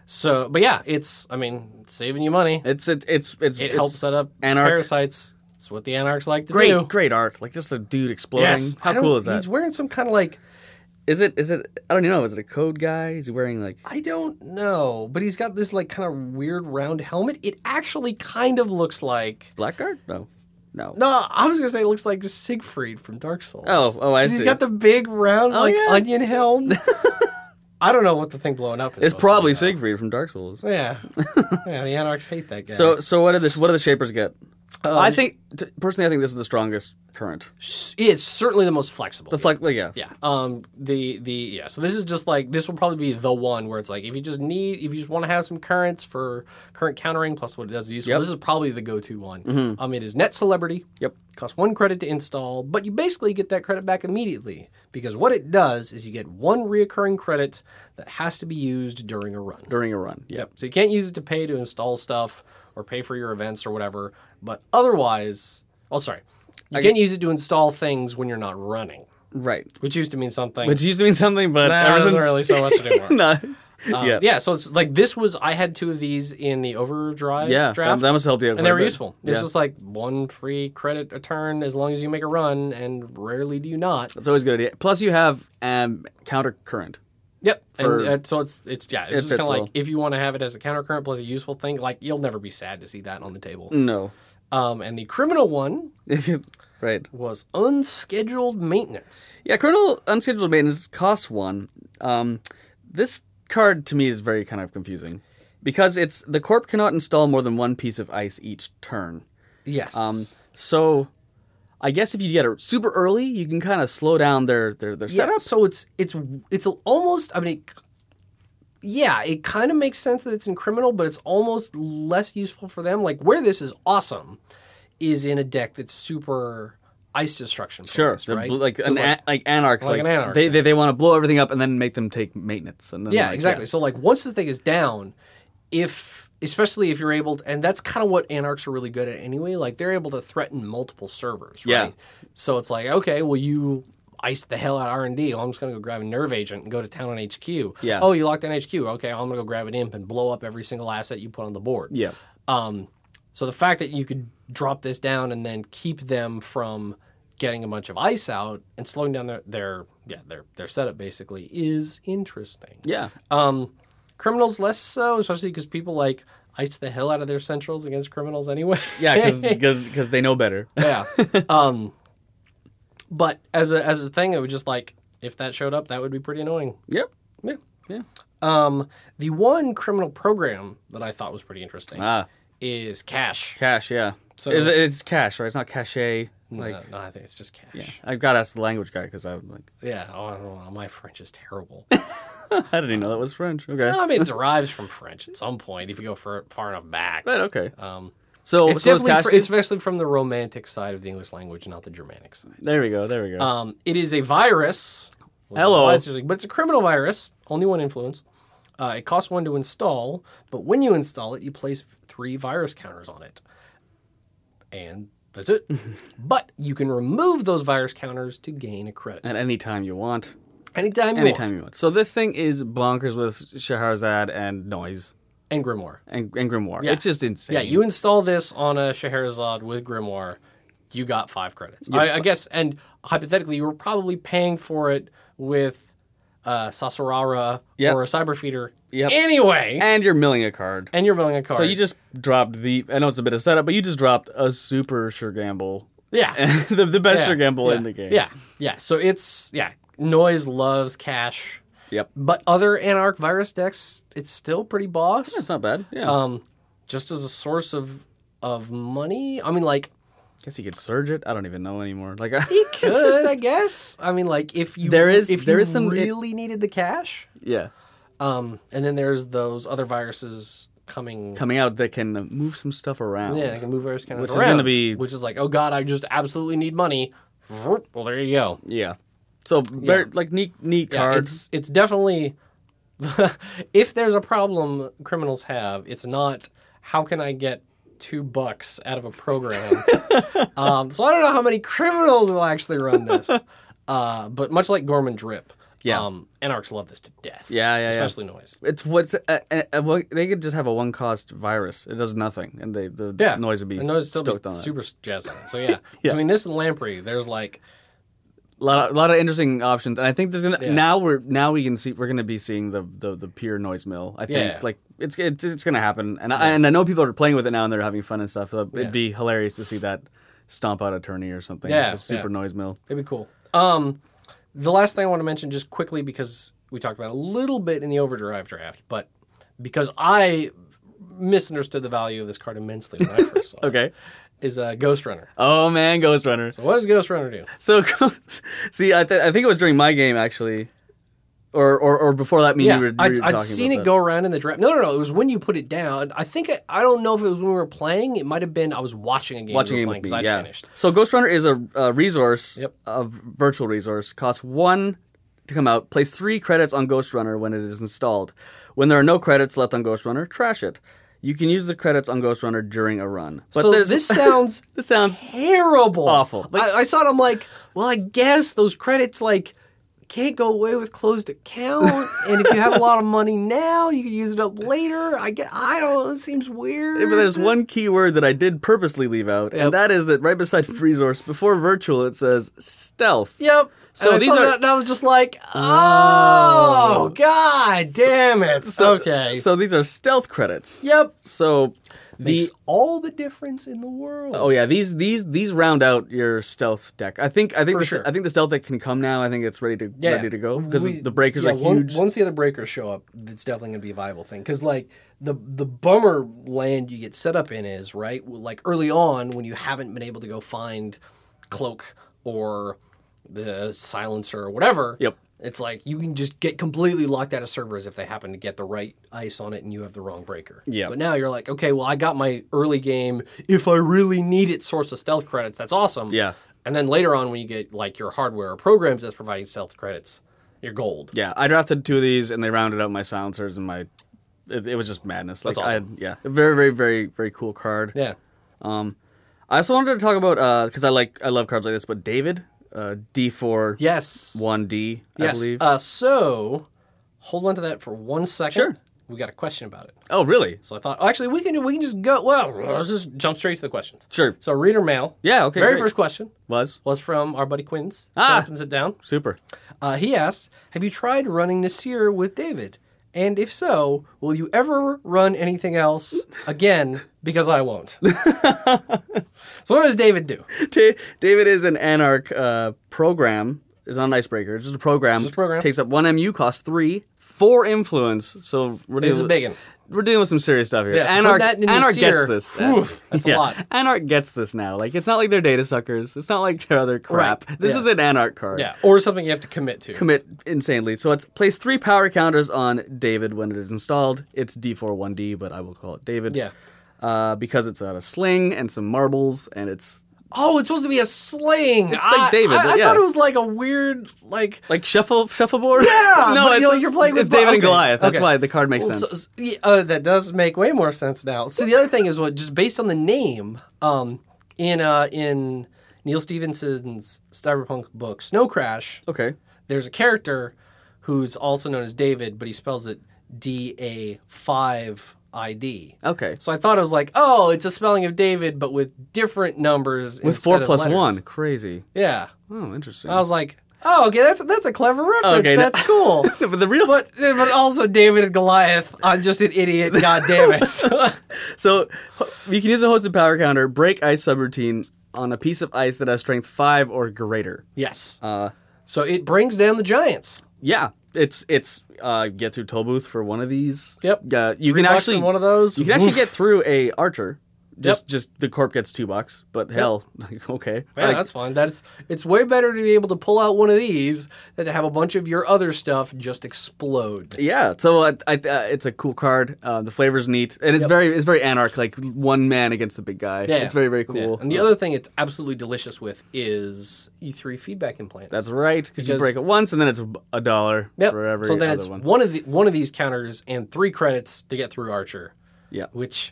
So, but yeah, it's I mean it's saving you money. It,
it's it's it's it
helps set up
Anarch.
parasites. It's what the anarchs like to
Great,
do.
great arc. Like just a dude exploding.
Yes. I
How
don't-
cool is that?
He's wearing some kind of like
Is it is it? I don't even know. Is it a code guy? Is he wearing like?
I don't know, but he's got this like kind of weird round helmet. It actually kind of looks like.
Blackguard? No. No.
No, I was gonna say it looks like Siegfried from Dark Souls.
Oh, oh, I
'Cause He's
see. Oh,
got the big round like
yeah.
onion helm. I don't know what the thing blowing up is.
It's
supposed to
probably
be,
Siegfried from Dark Souls.
though. Yeah, yeah. The Anarchs hate that guy.
So so what did this what do the shapers get?
Um,
I think t- personally I think this is the strongest current.
it's certainly the most flexible.
The flex, yeah.
Yeah. Um. The the yeah. So this is just like this will probably be the one where it's like if you just need if you just want to have some currents for current countering plus what it does is useful.
Yep.
This is probably the go-to one. Um. It is net celebrity.
Yep.
Costs one credit to install, but you basically get that credit back immediately because what it does is you get one reoccurring credit that has to be used during a run.
During a run. Yeah.
Yep. So you can't use it to pay to install stuff or pay for your events or whatever. But otherwise, oh sorry, you can't use it to install things when you're not running,
Right.
which used to mean something.
Which used to mean something, but
Nah,
ever
it doesn't
since
really so much anymore.
no.
Um,
yeah.
yeah. so it's like this was I had two of these in the overdrive
Yeah, that-
draft.
that must have helped you out
And they
quite a
were
bit.
useful. It's
Yeah.
just like one free credit a turn as long as you make a run, and rarely do you not.
It's always a good idea. Plus you have um counter current.
Yep.
For-
and uh, so it's it's yeah,
It
it's just
fits
kind of like
well.
if you want to have it as a counter current plus a useful thing, like you'll never be sad to see that on the table.
No.
Um, and the criminal one
right.
was unscheduled maintenance.
Yeah, criminal unscheduled maintenance costs one. Um, this card to me is very kind of confusing because it's the corp cannot install more than one piece of ice each turn.
Yes.
Um, so I guess if you get it super early, you can kind of slow down their their, their
yeah,
setup.
So it's it's it's almost. I mean, it, yeah, it kind of makes sense that it's in criminal, but it's almost less useful for them. Like where this is awesome is in a deck that's super ice destruction.
Sure,
focused,
the
right?
bl- like
So
an
it's
like, like anarchs,
like
like,
an anarch,
they, they they want to blow everything up and then make them take maintenance. And then
yeah,
like,
exactly. So like once the thing is down, if especially if you're able to, and that's kind of what anarchs are really good at anyway. Like they're able to threaten multiple servers,
Yeah.
right? So it's like okay, well you ice the hell out R and D. Well, I'm just gonna go grab a nerve agent and go to town on HQ.
Yeah.
Oh, you locked down HQ. Okay, I'm gonna go grab an imp and blow up every single asset you put on the board.
Yeah.
Um, so the fact that you could drop this down and then keep them from getting a bunch of ice out and slowing down their, their yeah their their setup basically is interesting.
yeah,
Um, criminals less so, especially because people like ice the hell out of their centrals against criminals anyway.
yeah, because because they know better.
yeah. Um, but as a as a thing, it would just like if that showed up, that would be pretty annoying.
yep.
Yeah.
Yeah.
Um, the one criminal program that I thought was pretty interesting
Ah,
is cash.
cash. Yeah.
So-
So is it, it's cash, right? It's not cachet. Like
no, no, I think it's just cash. Yeah.
I've got to ask the language guy because I'm like
oh, I don't know. My French is terrible.
I didn't even know that was French. Okay.
I mean, it derives from French at some point if you go for, far enough back.
Right, okay.
Um,
So,
it's
so it's
definitely
cash.
fr- it's especially from the romantic side of the English language, not the Germanic side.
there we go. There we go.
Um, it is a virus. which is
Hello.
why it's interesting, But it's a criminal virus, only one influence. Uh, it costs one to install, but when you install it, you place three virus counters on it. And that's it. but you can remove those virus counters to gain a credit.
At any time you want.
Anytime you
Anytime
want.
you want. So this thing is bonkers with Scheherazade and noise
And Grimoire.
and, and grimoire.
Yeah.
It's just insane.
Yeah, you install this on a Scheherazade with Grimoire, you got five credits. I, I guess, and hypothetically, you were probably paying for it with uh, Sasurara
Yep.
or a Cyberfeeder
Yep.
anyway,
and you're milling a card.
and you're milling a card.
So you just dropped the. I know it's a bit of setup, but you just dropped a super sure gamble.
yeah,
the, the best
yeah,
sure gamble
yeah,
in the game.
Yeah, yeah. So it's yeah, noise loves cash,
Yep.
but other Anarch virus decks, it's still pretty boss.
That's not bad. Yeah.
Um, just as a source of of money. I mean, like
Guess you could surge it. I don't even know anymore. Like I-
it could, I guess. I mean, like if you
There is-
if
there
you
is some- it-
really needed the cash.
yeah,
Um, and then there's those other viruses coming.
coming out that can move some stuff around.
Yeah, they can move viruses kind of
Which is
around,
gonna be-
which is like, oh god, I just absolutely need money. Vroom. Well, there you go.
Yeah. So very
Yeah.
like neat, neat
Yeah,
cards.
it's it's definitely if there's a problem criminals have, it's not how can I get two bucks out of a program. um, so I don't know how many criminals will actually run this, uh, but much like Gorman Drip,
Yeah.
um, anarchs love this to death.
Yeah, yeah, yeah.
especially noise.
It's what's uh, uh, uh, what- they could just have a one cost virus. It does nothing, and they the
Yeah,
noise would be
the noise still
stoked
be
on it.
super jazz on it. So yeah.
Yeah.
between this and Lamprey, there's like
A lot, of, lot of interesting options, and I think there's gonna
Yeah.
now we're now we can see we're gonna be seeing the the, the pure noise mill. I think
Yeah.
like it's it's, it's gonna happen, and I, and I know people are playing with it now and they're having fun and stuff. So it'd
Yeah.
be hilarious to see that stomp out attorney or something.
Yeah,
like a super
yeah.
noise mill.
It'd be cool. Um, the last thing I want to mention, just quickly, because we talked about it a little bit in the overdrive draft, but because I misunderstood the value of this card immensely when I first saw it,
Okay.
is uh, Ghost Runner.
Oh man, Ghost Runner.
So what does Ghost Runner do?
So, see, I, th- I think it was during my game actually, or or, or before that. Me, and
Yeah,
you were, you
I,
were talking
I'd seen
about
it
that.
go around in the draft. No, no, no. It was when you put it down. I think I, I don't know if it was when we were playing. It might have been I was watching a game.
Watching
we
it
were playing
with me,
'cause I'd
yeah.
finished.
So Ghost Runner is a, a resource,
Yep.
a v- virtual resource. Costs one to come out. Place three credits on Ghost Runner when it is installed. When there are no credits left on Ghost Runner, trash it. You can use the credits on Ghost Runner during a run. But
so
there's
this sounds
this sounds
terrible,
Awful. Like-
I, I saw it. I'm like, well, I guess those credits like can't go away with closed account, and if you have a lot of money now, you can use it up later. I get. I don't. It seems weird.
But there's one key word that I did purposely leave out,
Yep.
and that is that right beside resource, before virtual, it says stealth.
Yep.
So
So and
these
I saw
are-
that, and I was just like, oh, god damn it. okay.
So these are stealth credits.
yep.
So the
Makes all the difference in the world.
oh yeah these these these round out your stealth deck. I think I think
For
the,
sure.
I think the stealth deck can come now. I think it's ready to
yeah.
ready to go because
We-
the breakers
yeah,
are
one-
huge.
once the other breakers show up, it's definitely going to be a viable thing. Because like the the bummer land you get set up in is right, well, like early on when you haven't been able to go find cloak or the silencer or whatever.
Yep.
It's like you can just get completely locked out of servers if they happen to get the right ice on it and you have the wrong breaker.
Yeah.
But now you're like, okay, well, I got my early game. If I really need it, source of stealth credits. That's awesome.
Yeah.
And then later on, when you get like your hardware or programs that's providing stealth credits, you're gold.
yeah, I drafted two of these and they rounded out my silencers and my. It, it was just madness. Like
That's
I
awesome.
had, yeah, a very very very very cool card.
Yeah.
I also wanted to talk about because I like I love cards like this, but David, uh, D four
Yes.
one D, I
yes.
believe.
Uh, so hold on to that for one second.
Sure.
We got a question about it.
oh really?
So I thought, oh, actually, we can do, we can just go. Well, let's just jump straight to the questions.
Sure.
So reader mail.
Yeah, okay,
Very
great.
first question
Was
was from our buddy Quinn's.
Ah.
Shut up and sit down.
super.
Uh, he asked, "Have you tried running Nasir with David? And if so, will you ever run anything else again? Because I won't." so what does David do?
Ta David is an anarch uh, program. Is not an icebreaker. It's just a program.
Just a program.
Takes up one MU, costs three, four influence. So we're dealing.
It's a
with-
big 'un.
We're dealing with some serious stuff here.
Yeah, so put
Anarch,
that in
Anarch
Nasir.
gets this.
Whew, that's a
Yeah.
lot.
Anarch gets this now. Like it's not like they're data suckers. It's not like their other crap.
Right,
This
yeah.
is an Anarch card.
Yeah, or something you have to commit to.
Commit insanely. So it's place three power counters on David when it is installed. It's D4 1D, but I will call it David.
Yeah.
Uh, because it's out of sling and some marbles, and it's
oh, it's supposed to be a sling. It's
like David,
I, I
but yeah.
thought it was like a weird like.
Like shuffle shuffleboard?
Yeah,
no,
but
it's,
you're,
it's-
you're playing with
it's David and
okay,
Goliath. That's
okay.
why the card makes
Well, so-
sense.
so- yeah, uh, that does make way more sense now. So the other thing is what just based on the name, um, in uh, in Neil Stevenson's cyberpunk book Snow Crash,
Okay.
there's a character who's also known as David, but he spells it D A five I D.
Okay.
So I thought it was like, oh, it's a spelling of David, but with different numbers.
With
instead
four
of
plus
letters.
one. Crazy.
Yeah,
Oh, interesting.
I was like, oh, okay, that's that's a clever reference.
Okay, no-
that's cool.
but the real
But, but also David and Goliath. I'm just an idiot. God damn it.
so ho- you can use a hosted power counter, break ice subroutine on a piece of ice that has strength five or greater.
yes.
Uh,
So it brings down the giants.
yeah. it's it's uh, get through toll booth for one of these.
Yep.
Uh, you
Three
can
bucks
actually
in one of those.
You can actually
Oof.
get through a archer. Just
Yep.
just the corp gets two bucks, but hell, like, okay.
Yeah,
Like,
that's fine. That's it's way better to be able to pull out one of these than to have a bunch of your other stuff just explode.
yeah. So I, I, uh, it's a cool card. Uh, the flavor's neat, and it's very it's very anarch, like one man against the big guy.
Yeah,
it's very very cool.
Yeah. And the other thing it's absolutely delicious with is E3 feedback implants.
That's right, because you
Because-
break it once, and then it's a dollar
Yep.
for every
so then
other
it's
one.
one. of the one of these counters and three credits to get through Archer.
Yeah.
Which,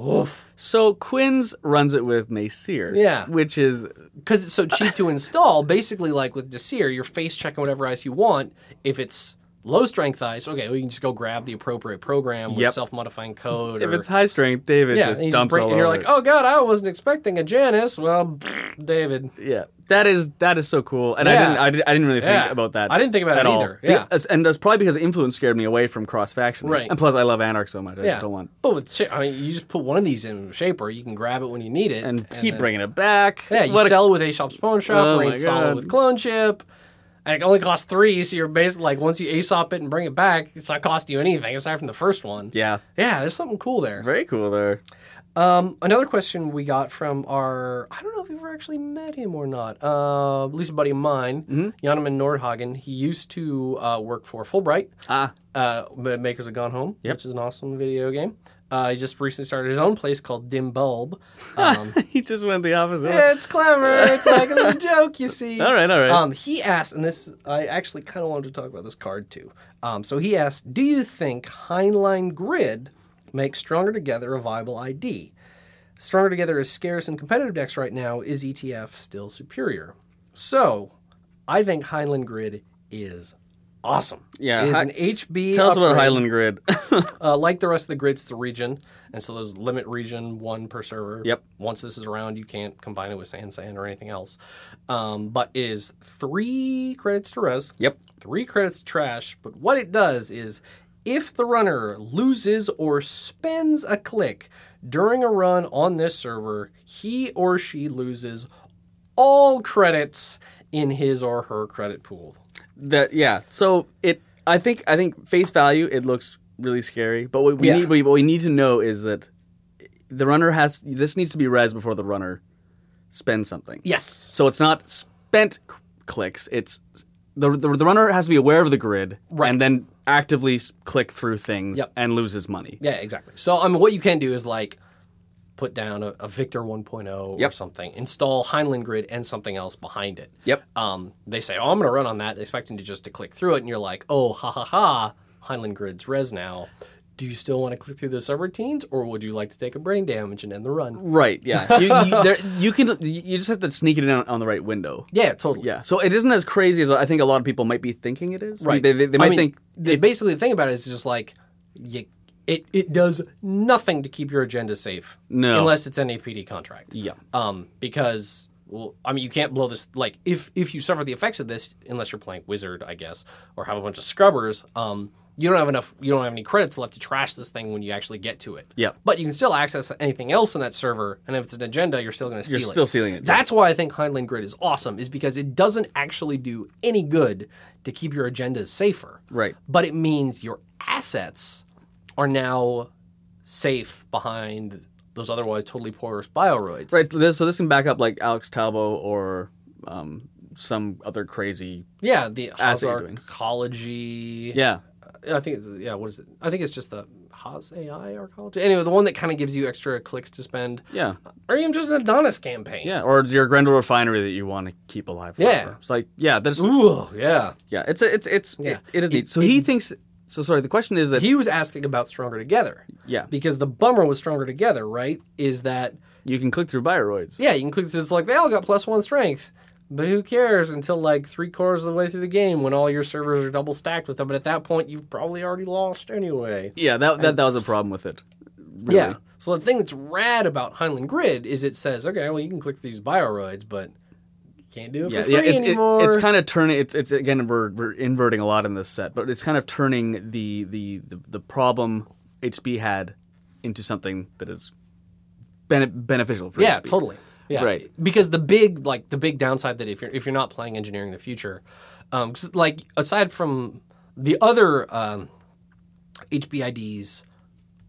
oof,
So Quinn's runs it with Nasir.
Yeah.
which is
because it's so cheap to install. Basically, like with Desir, you're face checking whatever ice you want. If it's low strength ice, okay, we can just go grab the appropriate program with
Yep.
self modifying code.
if
or,
it's high strength, David
yeah,
just
and, you
dumps
just bring,
all
and you're
over
like,
it.
oh god, I wasn't expecting a Janus. Well, David,
Yeah, that is that is so cool, and I
"Oh." Yeah.
didn't I, did, I didn't really think
Yeah.
about that.
I didn't think about
at
it
all.
either, yeah.
Because- and that's probably because influence scared me away from cross faction.
Right.
and plus I love Anarch so much, I
yeah.
just don't want
But with, Sha- I mean, you just put one of these in Shaper, you can grab it when you need it,
and, keep
then-
bringing it back.
Yeah, you
What a-
sell with A Shop's Pawn Shop,
Oh
or
my
install it
God.
with Clone Chip. And it only costs three, so you're basically like once you ASOP it and bring it back, it's not costing you anything aside from the first one.
yeah,
Yeah, there's something cool there.
very cool there.
Um, another question we got from our I don't know if we've ever actually met him or not. Uh, at least a buddy of mine, Jonaman Nordhagen. He used to uh, work for Fulbright,
Ah,
uh, ma- Makers of Gone Home, which is an awesome video game. Uh, he just recently started his own place called Dim Bulb. Um,
he just went the opposite. way.
yeah, it's clever. It's like a little joke, you see.
All right, all right.
Um, he asked, and this I actually kind of wanted to talk about this card too. Um, so he asked, "Do you think Heinlein Grid makes Stronger Together a viable ID? Stronger Together is scarce in competitive decks right now. Is ETF still superior?" So, I think Heinlein Grid is awesome.
Yeah,
it is
Hi-
an HB.
Tell us about
upgrade.
Highland Grid.
Uh, like the rest of the grids, it's a region, and so there's limit region one per server.
Yep.
Once this is around, you can't combine it with Sand Sand or anything else. Um, but it is three credits to res,
yep.
three credits to trash. But what it does is, if the runner loses or spends a click during a run on this server, he or she loses all credits in his or her credit pool.
That yeah. So it I think I think face value it looks really scary, but what we
Yeah.
need what we- what we need to know is that the runner has this needs to be res before the runner spends something.
Yes.
So it's not spent c- clicks. It's the, the the runner has to be aware of the grid
Right.
and then actively s- click through things
Yep.
and loses money.
Yeah, exactly. So I mean, what you can do is like put down a, a Victor 1.0 or
Yep.
something, install Heinlein Grid and something else behind it.
Yep.
Um, they say, oh, I'm going to run on that, expecting to just to click through it, and you're like, oh, ha ha ha, Heinlein Grid's res now. Do you still want to click through the subroutines, or would you like to take a brain damage and end the run?
Right. Yeah. you, you, there, you can you just have to sneak it in on, on the right window.
Yeah, totally.
Yeah. So it isn't as crazy as I think a lot of people might be thinking it is.
Right.
They, they,
I
they might
mean,
think
the, basically the thing about it is just like you, it it does nothing to keep your agenda safe.
No.
Unless it's an APD contract.
Yeah.
Um because well, I mean, you can't blow this. Like, if if you suffer the effects of this, unless you're playing wizard, I guess, or have a bunch of scrubbers, um, you don't have enough. You don't have any credits left to trash this thing when you actually get to it.
Yeah.
But you can still access anything else in that server, and if it's an agenda, you're still going to steal it.
still stealing it, yeah.
That's why I think Heinlein Grid is awesome, is because it doesn't actually do any good to keep your agendas safer.
Right.
But it means your assets are now safe behind those otherwise totally porous bioroids.
Right. This, so this can back up like Alex Talbo or um, some other crazy.
Yeah, the
Asset you're doing.
Hazard Arcology.
Yeah.
I think it's yeah, what is it? I think it's just the Haas AI Arcology. Anyway, the one that kind of gives you extra clicks to spend.
Yeah.
Or even just an Adonis campaign.
Yeah. Or your Grendel refinery that you want to keep alive.
Yeah.
Forever. It's like yeah. That's
Ooh, yeah.
yeah. It's a, it's it's
Yeah.
It, it is neat. So he thinks. So sorry. The question is that
He was asking about Stronger Together.
Yeah.
Because the bummer with Stronger Together, right, is that
you can click through bioroids.
yeah, you include it's like they all got plus one strength, but who cares until like three quarters of the way through the game when all your servers are double stacked with them, and at that point you've probably already lost anyway.
Yeah. That that, that was a problem with it. Really.
Yeah. So the thing that's rad about Highland Grid is it says, okay, well you can click these bioroids, but you can't do it
Yeah,
for free
yeah, it's, it-
anymore.
it's kind of turning. It's it's again we're, we're inverting a lot in this set, but it's kind of turning the the the, the problem HB had into something that is bene- beneficial for
yeah,
HB.
totally. Yeah.
Right.
Because the big like the big downside that if you're if you're not playing engineering in the future, um, 'cause, like aside from the other um, HBIDs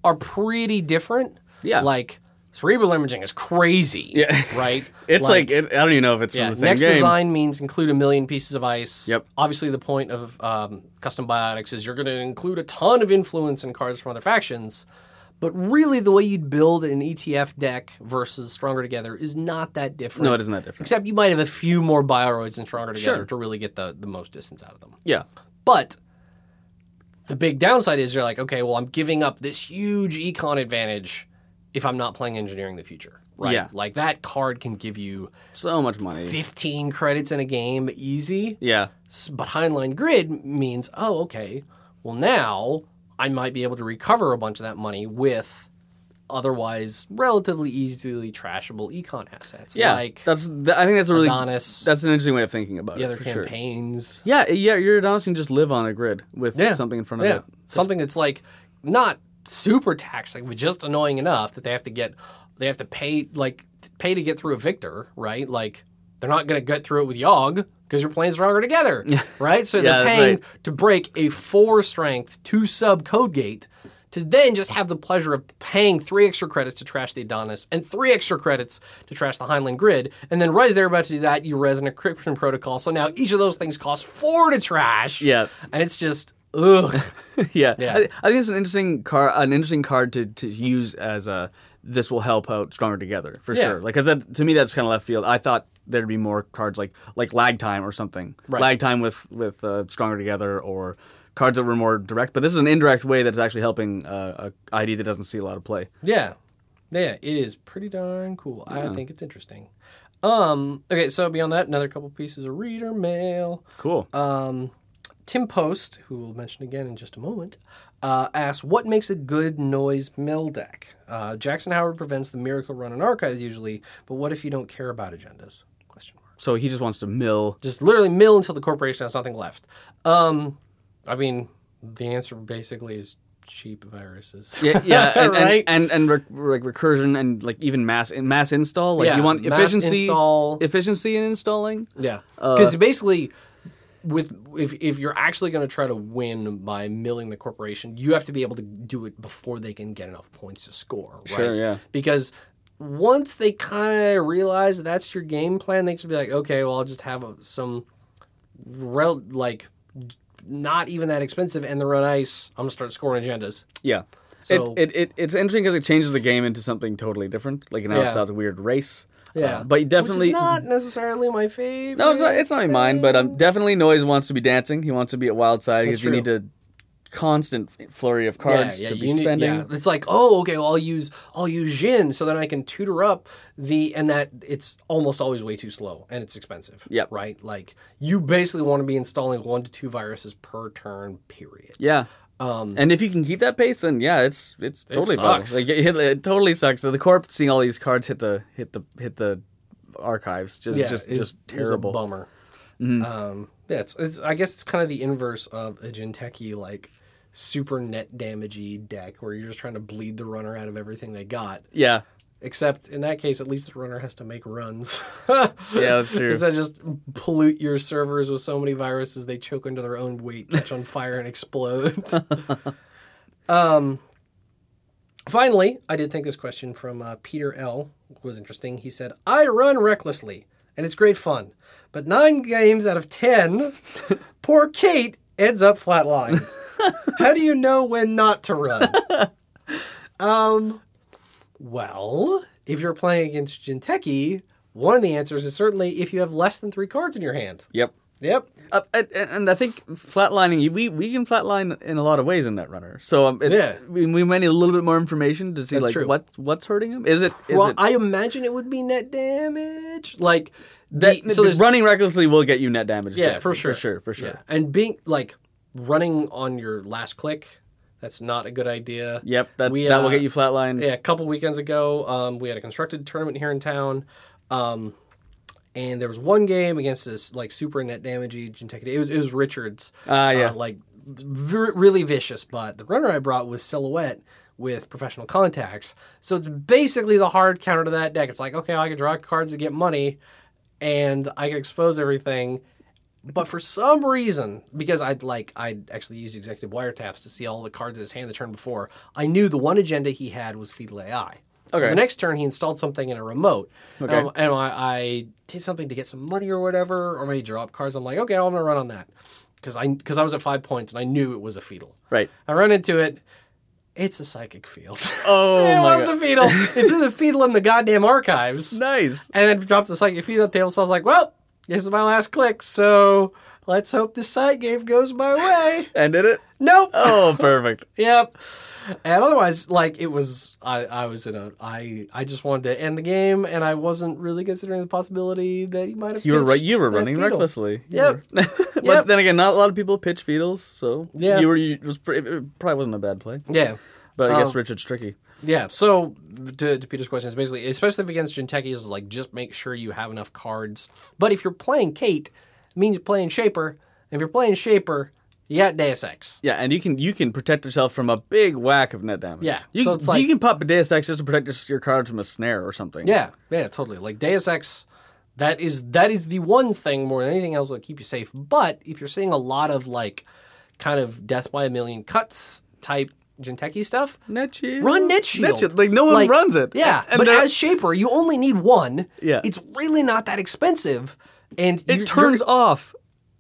are pretty different.
Yeah.
Like cerebral imaging is crazy.
Yeah.
Right.
It's like, it, I don't even know if it's from the same
next
game.
design means include a million pieces of ice.
Yep.
Obviously, the point of um, custom biotics is you're going to include a ton of influence and cards from other factions. But really, the way you'd build an ETF deck versus Stronger Together is not that different.
No, it isn't that different.
Except you might have a few more Bioroids and Stronger Together
Sure.
to really get the, the most distance out of them.
Yeah.
But the big downside is you're like, okay, well, I'm giving up this huge econ advantage if I'm not playing engineering the future. Right.
Yeah.
Like that card can give you
So much money.
15 credits in a game easy.
Yeah.
S- But Heinlein Grid means, oh, okay, well, now I might be able to recover a bunch of that money with otherwise relatively easily trashable econ assets.
Yeah.
Like
that's, th- I think that's a really,
Adonis,
that's an interesting way of thinking about
the
it.
other
for sure.
campaigns.
Yeah, yeah, your Adonis can just live on a grid with
Yeah.
something in front of
yeah.
it.
Something that's like not super taxing, but just annoying enough that they have to get, they have to pay, like, pay to get through a victor, right? Like, they're not going to get through it with Yogg because you're playing stronger together, right? So
Yeah,
they're
that's
paying
right.
to break a four strength, two sub code gate to then just have the pleasure of paying three extra credits to trash the Adonis and three extra credits to trash the Heinlein grid. And then right as they're about to do that, you res an encryption protocol. So now each of those things costs four to trash.
Yeah.
And it's just, ugh.
yeah,
Yeah.
I, I think it's an interesting card, an interesting card to, to use as a this will help out stronger together for
Yeah.
sure. Like, cause that to me that's kind of left field. I thought there'd be more cards like like lag time or something,
Right.
lag time with with uh, stronger together or cards that were more direct. But this is an indirect way that's actually helping uh, a ID that doesn't see a lot of play.
yeah. Yeah, it is pretty darn cool. I think it's interesting. Um, okay, so beyond that, another couple pieces of reader mail.
Cool.
Um, Tim Post, who we'll mention again in just a moment, uh, asks, What makes a good noise mill deck? Uh, Jackson Howard prevents the miracle run in archives usually, but what if you don't care about agendas? Question mark.
so he just wants to mill.
Just literally mill until the corporation has nothing left. Um, I mean, the answer basically is cheap viruses.
Yeah, yeah, and, and-
Right?
and and, rec- like recursion and like even mass mass install. Like
Yeah,
you want
mass
efficiency,
install.
efficiency in installing.
Yeah,
Uh,
because basically, with if if you're actually going to try to win by milling the corporation, you have to be able to do it before they can get enough points to score. Right?
Sure, yeah.
Because once they kind of realize that's your game plan, they just be like, okay, well, I'll just have a, some rel- like not even that expensive, and they're on ice. I'm gonna start scoring agendas.
Yeah.
So-
it, it, it it's interesting because it changes the game into something totally different. Like now
Yeah.
it's out a weird race. Uh,
Yeah,
but definitely
Which is not necessarily my favorite.
no, it's not it's not in mine. But um, definitely noise wants to be dancing. He wants to be at wild side
That's
because you need to constant flurry of cards to be
you need-
spending.
yeah. It's like, oh, okay, well, I'll use I'll use Jin, so then I can tutor up the and that it's almost always way too slow and it's expensive.
Yep.
Right. Like you basically want to be installing one to two viruses per turn. Period.
Yeah. and if you can keep that pace, then yeah, it's it's totally viable.
Um, sucks.
Like it, it totally sucks. The corp seeing all these cards hit the hit the hit the archives just
Yeah,
just
is-
just
is a
terrible. Mm-hmm.
bummer. Um, yeah, it's, it's I guess it's kind of the inverse of a Jinteki like super net damagey deck where you're just trying to bleed the runner out of everything they got.
yeah,
Except in that case, at least the runner has to make runs.
yeah, that's true.
Instead of just pollute your servers with so many viruses they choke under their own weight, catch on fire, and explode. um, finally, I did think this question from uh, Peter L. was interesting. He said, I run recklessly, and it's great fun, but nine games out of ten, poor Kate ends up flatlined. How do you know when not to run? Um, Well, if you're playing against Jinteki, one of the answers is certainly if you have less than three cards in your hand.
yep.
Yep.
Uh, and, and I think flatlining, we, we can flatline in a lot of ways in that runner. So um, it,
Yeah.
we, we might need a little bit more information to see
That's
like
true.
what what's hurting him. Is it is
well,
it
I imagine it would be net damage. Like
that,
the, so there's
running recklessly will get you net damage?
yeah,
death,
for sure,
for sure, for sure.
Yeah. And being like running on your last click, that's not a good idea.
Yep, that
We,
that will
uh,
get you flatlined.
Yeah, a couple weekends ago, um, we had a constructed tournament here in town, um, and there was one game against this like super net damagey Jinteki. It was it was Richards. Uh,
Ah, yeah.
like ver- really vicious. But the runner I brought was Silhouette with professional contacts, so it's basically the hard counter to that deck. It's like okay, I can draw cards to get money, and I can expose everything. But for some reason, because I'd like I'd actually used executive wiretaps to see all the cards in his hand the turn before, I knew the one agenda he had was fetal AI. So
Okay.
the next turn, he installed something in a remote,
Okay.
Um, and I, I did something to get some money or whatever, or maybe drop cards. I'm like, okay, I'm gonna run on that because I because I was at five points and I knew it was a fetal.
Right.
I run into it. It's a psychic field.
Oh
it
my
was
God.
a fetal. It was a fetal in the goddamn archives.
Nice.
And then dropped the psychic fetal table. So I was like, well, this is my last click. So let's hope this side game goes my way.
And did it?
nope.
Oh, perfect.
Yep. And otherwise, like it was, I, I was in a, I, I just wanted to end the game, and I wasn't really considering the possibility that he might have.
You were right.
pitched
You were
that
running
beetle.
recklessly. You
Yep.
were- but
Yep.
then again, not a lot of people pitch feetles, so
Yeah.
you were. You, it was pre- it probably wasn't a bad play.
Yeah.
But I guess
Oh.
Richard's tricky.
Yeah. So to, to Peter's question is basically, especially if against Gentechies, is like just make sure you have enough cards. But if you're playing Kate, it means you're playing Shaper. And if you're playing Shaper, you got Deus Ex.
Yeah, and you can you can protect yourself from a big whack of net damage.
Yeah,
you,
so
can-
it's like-
you can pop a Deus Ex just to protect your, your cards from a snare or something.
Yeah. Yeah. Totally. Like Deus Ex. That is that is the one thing more than anything else that will keep you safe. But if you're seeing a lot of like kind of death by a million cuts type Genteki stuff,
net shield.
Run net shield.
Like no one runs it.
Yeah,
and
but
they're-
as shaper, you only need one.
Yeah.
it's really not that expensive, and
it
you-
turns off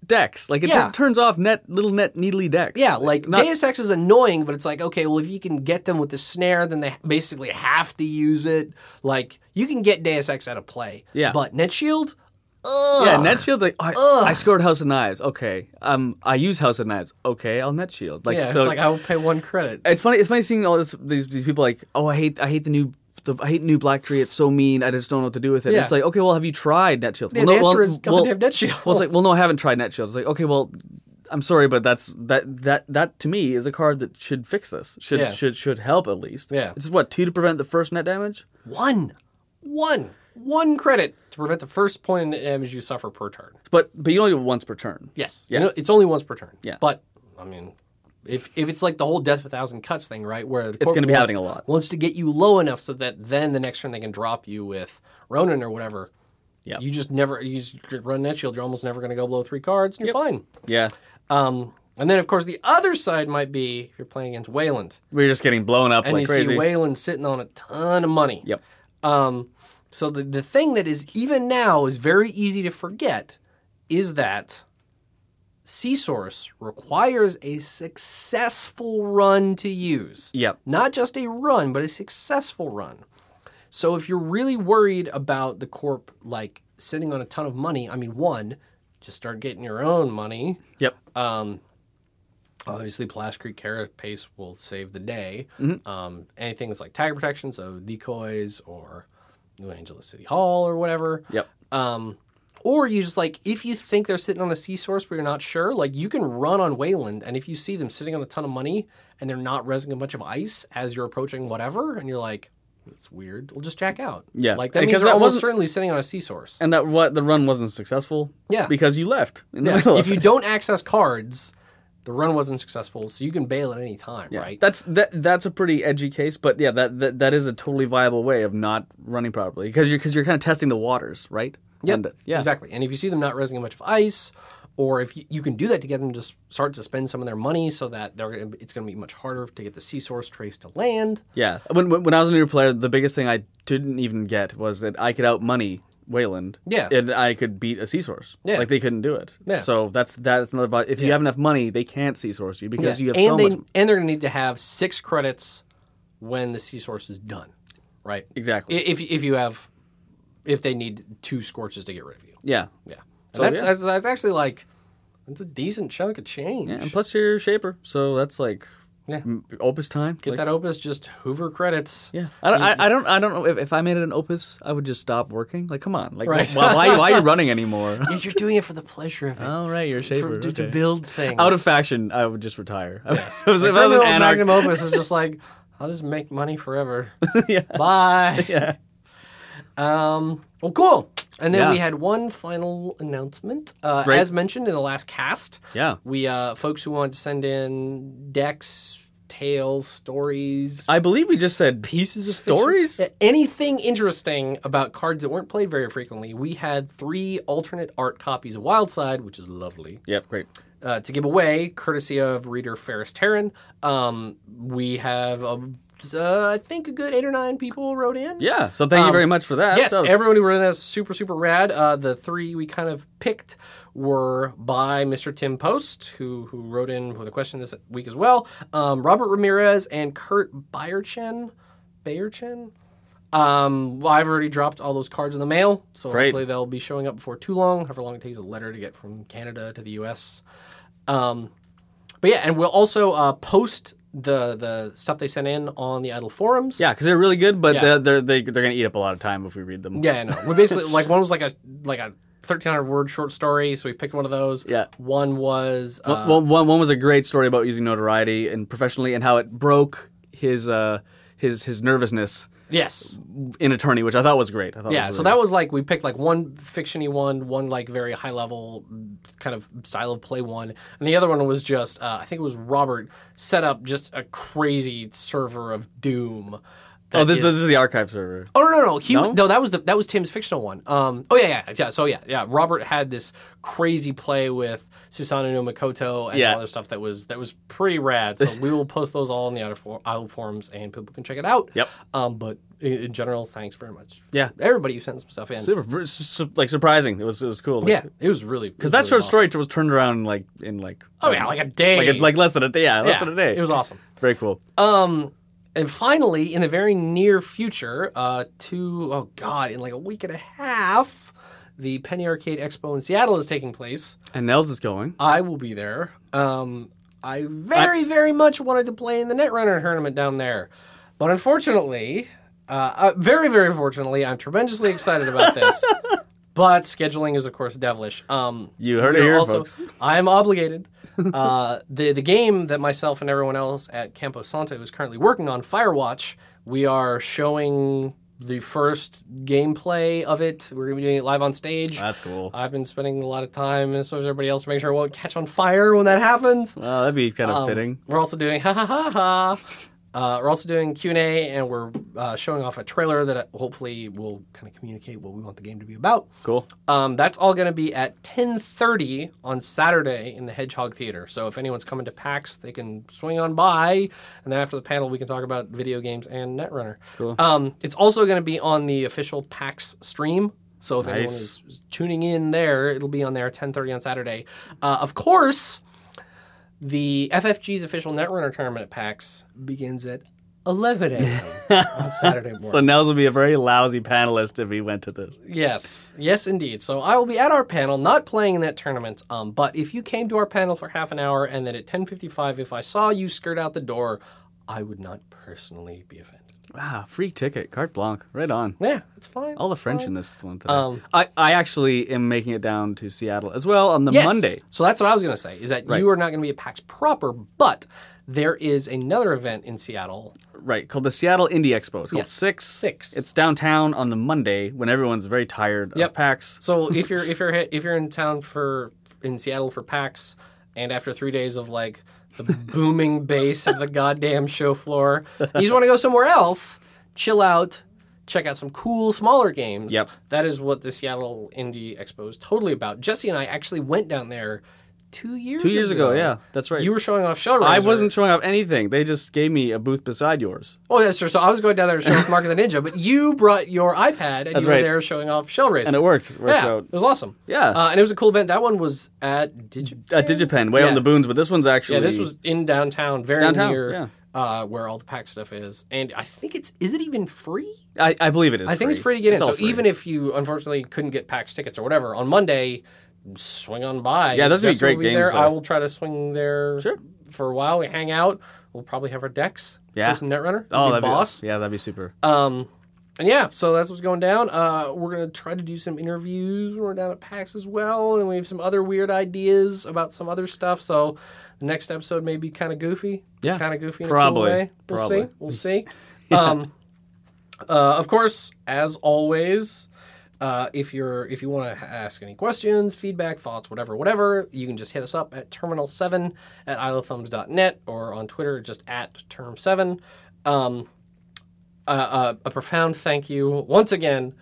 decks. Like it
Yeah.
tur- turns off net little net needly decks.
Yeah, like
not
Deus Ex is annoying, but it's like okay, well if you can get them with the snare, then they basically have to use it. Like you can get Deus Ex out of play.
Yeah.
but net shield.
yeah.
Ugh.
Net shield. Like I, I scored House of Knives. Okay. Um, I use House of Knives. Okay, I'll net shield. Like
Yeah,
so.
it's like I will pay one credit.
it's funny. It's funny seeing all this, these these people like, oh, I hate I hate the new the, I hate new black tree. It's so mean. I just don't know what to do with it.
Yeah.
It's like, okay, well, have you tried net shield?
the answer is goddamn net shield.
Well, it's like, well, no, I haven't tried net shield. It's like, okay, well, I'm sorry, but that's that that that to me is a card that should fix this. Should
Yeah.
should should help at least.
Yeah.
This is what two to prevent the first net damage.
One, one, one credit to prevent the first point in damage you suffer per turn.
But but you only do it once per turn.
Yes.
Yeah.
You know, it's only once per turn.
Yeah.
But I mean, if if it's like the whole death a thousand cuts thing, right, where the it's
gonna be happening a lot.
wants to get you low enough so that then the next turn they can drop you with Ronin or whatever.
Yeah.
You just never you just run net shield. You're almost never going to go below three cards. And You're fine.
Yeah.
Um, and then of course the other side might be if you're playing against Wayland
We're just getting blown up
and
like
you
crazy.
see Wayland sitting on a ton of money.
Yep.
Um, so the, the thing that is even now is very easy to forget is that C-Source requires a successful run to use.
Yep.
Not just a run, but a successful run. So if you're really worried about the corp like sitting on a ton of money, I mean, one, just start getting your own money.
Yep.
Uh, Obviously, Pulaski Creek Carrot Pace will save the day.
Mm-hmm.
Um, anything that's like tiger protection, so decoys or New Angeles City Hall or whatever.
Yep.
Um, or you just like, if you think they're sitting on a sea source but you're not sure, like you can run on Wayland. And if you see them sitting on a ton of money and they're not resing a bunch of ice as you're approaching whatever, and you're like, it's weird, we'll just jack out.
Yeah.
Like that
Because
means
that
they're almost
wasn't-
certainly sitting on a sea source.
and that what the run wasn't successful.
Yeah.
Because you left. in the
Yeah.
middle of
If you
it.
don't access cards, the run wasn't successful, so you can bail at any time, right?
That's that. That's a pretty edgy case, but yeah, that that, that is a totally viable way of not running properly because you're because you're kind of testing the waters, right?
Yep.
And, uh, yeah.
Exactly. And if you see them not raising a bunch of ice, or if you, you can do that to get them to s- start to spend some of their money so that they're gonna, it's going to be much harder to get the sea source trace to land.
Yeah. When when when I was a new player, the biggest thing I didn't even get was that I could out money Wayland.
Yeah.
And I could beat a sea source.
Yeah.
Like they couldn't do it.
Yeah.
So that's that's another. vi- If you
Yeah.
have enough money, they can't sea source you because you have
and
so
they,
much.
and they're going to need to have six credits when the sea source is done, right?
Exactly.
I- If if you have if they need two scorches to get rid of you,
yeah.
yeah.
So,
So that's,
yeah.
that's that's actually like that's a decent chunk of change.
Yeah, And plus you're a shaper, so that's like
Yeah.
m- opus time.
Get
like,
that opus, just Hoover credits.
Yeah, I don't, I, I don't, I don't know if, if I made it an opus, I would just stop working. Like, come on, like,
Right.
why, why, why are you running anymore?
You're doing it for the pleasure of it,
All right, you're a shaper.
for, to, to
Oh, okay.
build things
Out of faction, I would just retire. Yes.
Like,
if I was an
criminal
anarch-
magnum opus is just like I'll just make money forever. Bye.
Yeah.
Um. Well, cool. And then
Yeah.
we had one final announcement. Uh,
Great.
As mentioned in the last cast,
Yeah.
we uh, folks who wanted to send in decks, tales, stories,
I believe we just said
pieces of fiction.
stories.
Yeah, Anything interesting about cards that weren't played very frequently. We had three alternate art copies of Wildside, which is lovely
Yep, great.
uh, to give away, courtesy of reader Ferris Terran. Um, we have, um, uh, I think, a good eight or nine people wrote in.
Yeah, so thank you
Um,
very much for that.
Yes,
That was-
everyone who wrote in that's super, super rad. Uh, the three we kind of picked were by Mr. Tim Post, who who wrote in with a question this week as well, um, Robert Ramirez and Kurt Bayerchen. Bayerchen? Um, well, I've already dropped all those cards in the mail, so
Great.
hopefully they'll be showing up before too long, however long it takes a letter to get from Canada to the U.S. Um, but yeah, and we'll also uh, post the the stuff they sent in on the Idle forums.
yeah, because they're really good, but
Yeah.
they're, they're, they, they're going to eat up a lot of time if we read them.
Yeah, I know. We basically like one was like a like a thirteen hundred word short story, so we picked one of those.
Yeah.
One was uh,
One- one- one- one was a great story about using notoriety and professionally and how it broke his uh, his his nervousness
yes.
in attorney, which I thought was great. I thought
Yeah.
was
So
really-
that was like we picked like one fictiony one, one like very high level kind of style of play one, and the other one was just uh, I think it was Robert set up just a crazy server of Doom.
oh, this,
that
this is the archive server.
Oh no no no he
No?
no, that was the that was Tim's fictional one. Um oh yeah yeah yeah so yeah yeah Robert had this crazy play with Susanoo no Makoto and
Yeah.
all other stuff that was that was pretty rad. So we will post those all in the other for, idle forums and people can check it out.
Yep.
Um but in, in general thanks very much.
Yeah.
Everybody who sent some stuff in.
Super, ver- su- su- like surprising. It was it was cool.
yeah, it was really
because that short story was turned around in like in like
Oh yeah, like a day.
like, like less than a day. Yeah, less
yeah,
than a day.
It was awesome.
very cool.
And finally, in the very near future, uh, to oh god, in like a week and a half, the Penny Arcade Expo in Seattle is taking place.
and Nels is going.
I will be there. Um, I very, very much wanted to play in the Netrunner tournament down there, but unfortunately, uh, uh, very, very fortunately, I'm tremendously excited about this. but scheduling is, of course, devilish. Um,
You heard
we
it
are
here, folks.
I am obligated. Uh, the the game that myself and everyone else at Campo Santo is currently working on, Firewatch. We are showing the first gameplay of it. We're going to be doing it live on stage.
That's cool.
I've been spending a lot of time, and so is everybody else, to make sure it won't catch on fire when that happens.
Oh, that'd be kind of
Um,
fitting.
We're also doing ha ha ha ha. Uh, we're also doing Q and A, and we're uh, showing off a trailer that uh, hopefully will kind of communicate what we want the game to be about.
Cool.
Um, that's all going to be at 10:30 on Saturday in the Hedgehog Theater. So if anyone's coming to PAX, they can swing on by, and then after the panel, we can talk about video games and Netrunner.
Cool.
Um, it's also going to be on the official PAX stream. So if anyone
Nice.
is is tuning in there, it'll be on there 10:30 on Saturday. Uh, of course, the FFG's official Netrunner tournament at PAX begins at 11 a.m. on Saturday morning.
So Nels would be a very lousy panelist if he went to this.
Yes, yes, indeed. So I will be at our panel, not playing in that tournament. Um, but if you came to our panel for half an hour and then at ten fifty-five, if I saw you skirt out the door, I would not personally be offended.
Wow, Ah, free ticket, carte blanche, right on.
Yeah, it's fine.
All the
it's
French
fine.
in this one today.
Um,
I, I actually am making it down to Seattle as well on the
Yes.
Monday.
So that's what I was going to say is that you are not going to be at PAX proper, but there is another event in Seattle.
Right, called the Seattle Indie Expo. It's called
Yes.
Six.
Six.
It's downtown on the Monday when everyone's very tired of
Yep.
PAX.
So if you're if you're he- if you're in town for in Seattle for PAX, and after three days of like the booming bass of the goddamn show floor, you just want to go somewhere else, chill out, check out some cool smaller games.
Yep.
that is what the Seattle Indie Expo is totally about. Jesse and I actually went down there two years
Two years ago, yeah, that's right.
You were showing off Shellraiser.
I wasn't showing off anything. They just gave me a booth beside yours.
Oh, that's true. So I was going down there to show off Mark of the Ninja, but you brought your iPad and you were
right.
there showing off Shellraiser.
And it worked. It worked
yeah,
out.
it was awesome.
Yeah.
uh, and it was a cool event. That one was at Digipen.
At Digipen, way
Yeah.
on the boons, but this one's actually
Yeah, this was in downtown, very
Downtown,
near
yeah.
uh, where all the pack stuff is. And I think it's is it even free?
I, I believe it is.
I think it's free to get in.
all
So
free.
even if you unfortunately couldn't get PAX tickets or whatever on Monday, swing on by.
Yeah, those would be
Jess will
great games,
There.
though.
I will try to swing there
Sure.
for a while. We hang out. We'll probably have our decks.
Yeah.
play some Netrunner.
oh,
be
that'd
boss.
Be, yeah, that'd be super.
Um, and yeah, so that's what's going down. Uh, we're gonna try to do some interviews. when We're down at PAX as well, and we have some other weird ideas about some other stuff. So the next episode may be kind of goofy.
Yeah,
kind of goofy. In
probably,
A cool way. We'll
probably.
see. We'll see. Um, uh, of course, as always. Uh, if you're if you want to ask any questions, feedback, thoughts, whatever, whatever, you can just hit us up at terminal7 at islothumbs.net or on Twitter just at term7. Um, uh, uh, a profound thank you once again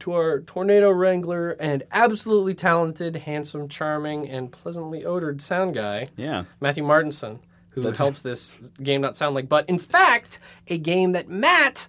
to our tornado wrangler and absolutely talented, handsome, charming, and pleasantly odored sound guy.
Yeah.
Matthew Martinson, who helps this game not sound like but in fact a game that Matt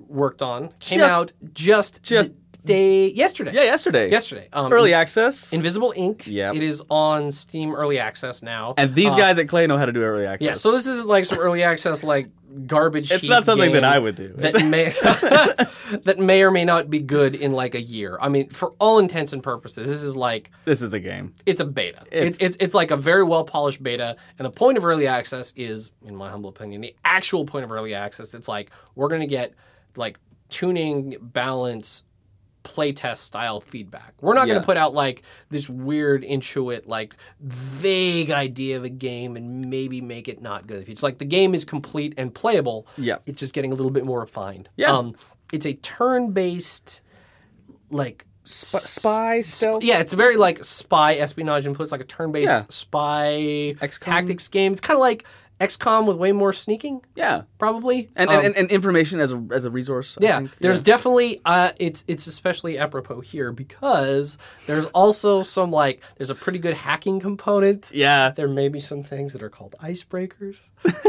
worked on came
Just-
out just
just-
the day yesterday.
Yeah, yesterday.
yesterday. Um,
Early
In-
access.
Invisible Ink.
Yep.
It is on Steam Early Access now.
and these guys at Clay know how to do early access.
yeah, so this isn't like some early access like garbage.
It's not something that I would do.
That may that may or may not be good in like a year. I mean, for all intents and purposes, this is like
this is the game.
it's a beta.
It's-
It's, it's it's like a very well polished beta, and the point of early access is, in my humble opinion, the actual point of early access. It's like we're gonna get like tuning, balance, playtest style feedback. We're not
Yeah.
gonna put out like this weird intuit, like vague idea of a game and maybe make it not good. It's like the game is complete and playable.
Yeah.
it's just getting a little bit more refined. Um,
Yeah.
it's a turn based like
spy stealth?
yeah, it's very like spy espionage input. It's like a turn-based
Yeah.
spy
XCOM.
tactics game. It's kind of like XCOM with way more sneaking,
Yeah.
probably.
And,
Um,
and, and information as a, as a resource. I
yeah,
think.
there's definitely uh, it's it's especially apropos here because there's also some like there's a pretty good hacking component.
yeah.
There may be some things that are called icebreakers.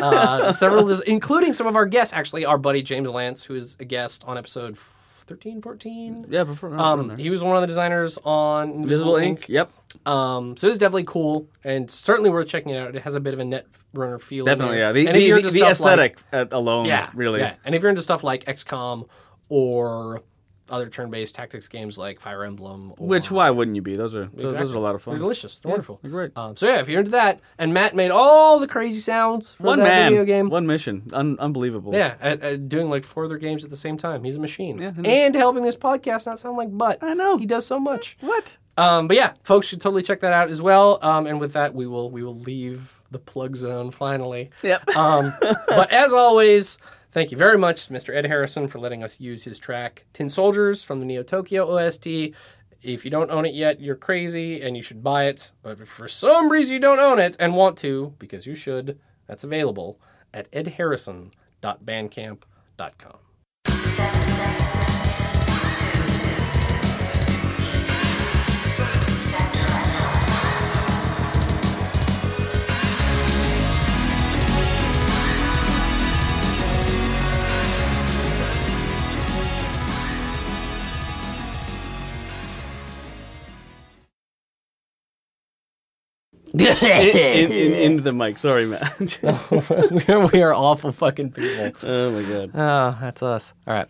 Uh, several, of those- including some of our guests, actually, our buddy James Lance, who is a guest on episode 13, 14.
Yeah. Before uh,
Um, he was one of the designers on Invisible,
Visible
Ink.
ink. Yep.
Um, so it's definitely cool and certainly worth checking it out. It has a bit of a net runner feel. in
Definitely.
there.
Yeah. The,
and if
the,
you're
the,
into
the
stuff
aesthetic uh, alone.
like, yeah,
Really.
yeah. And if you're into stuff like XCOM or other turn-based tactics games like Fire Emblem, or,
Which why wouldn't you be? Those are those, those are
Exactly.
a lot of
they're
fun.
delicious, they're wonderful.
they're great.
Um, so yeah, if you're into that, and Matt made all the crazy sounds for
One
that
man,
video game.
one mission, Un- unbelievable.
yeah, at, at doing like four other games at the same time. He's a machine.
Yeah, I know.
and helping this podcast not sound like butt.
I know.
He does so much.
What?
Um, but yeah, folks should totally check that out as well. Um, and with that, we will we will leave the plug zone finally.
Yep.
Um, but as always, thank you very much, to Mr. Ed Harrison, for letting us use his track "Tin Soldiers" from the Neo Tokyo OST. If you don't own it yet, you're crazy and you should buy it. But if for some reason you don't own it and want to, because you should, that's available at edharrison.bandcamp.com.
in, in, into the mic. Sorry, Matt.
we are awful fucking people.
oh my god.
Oh, that's us. All right.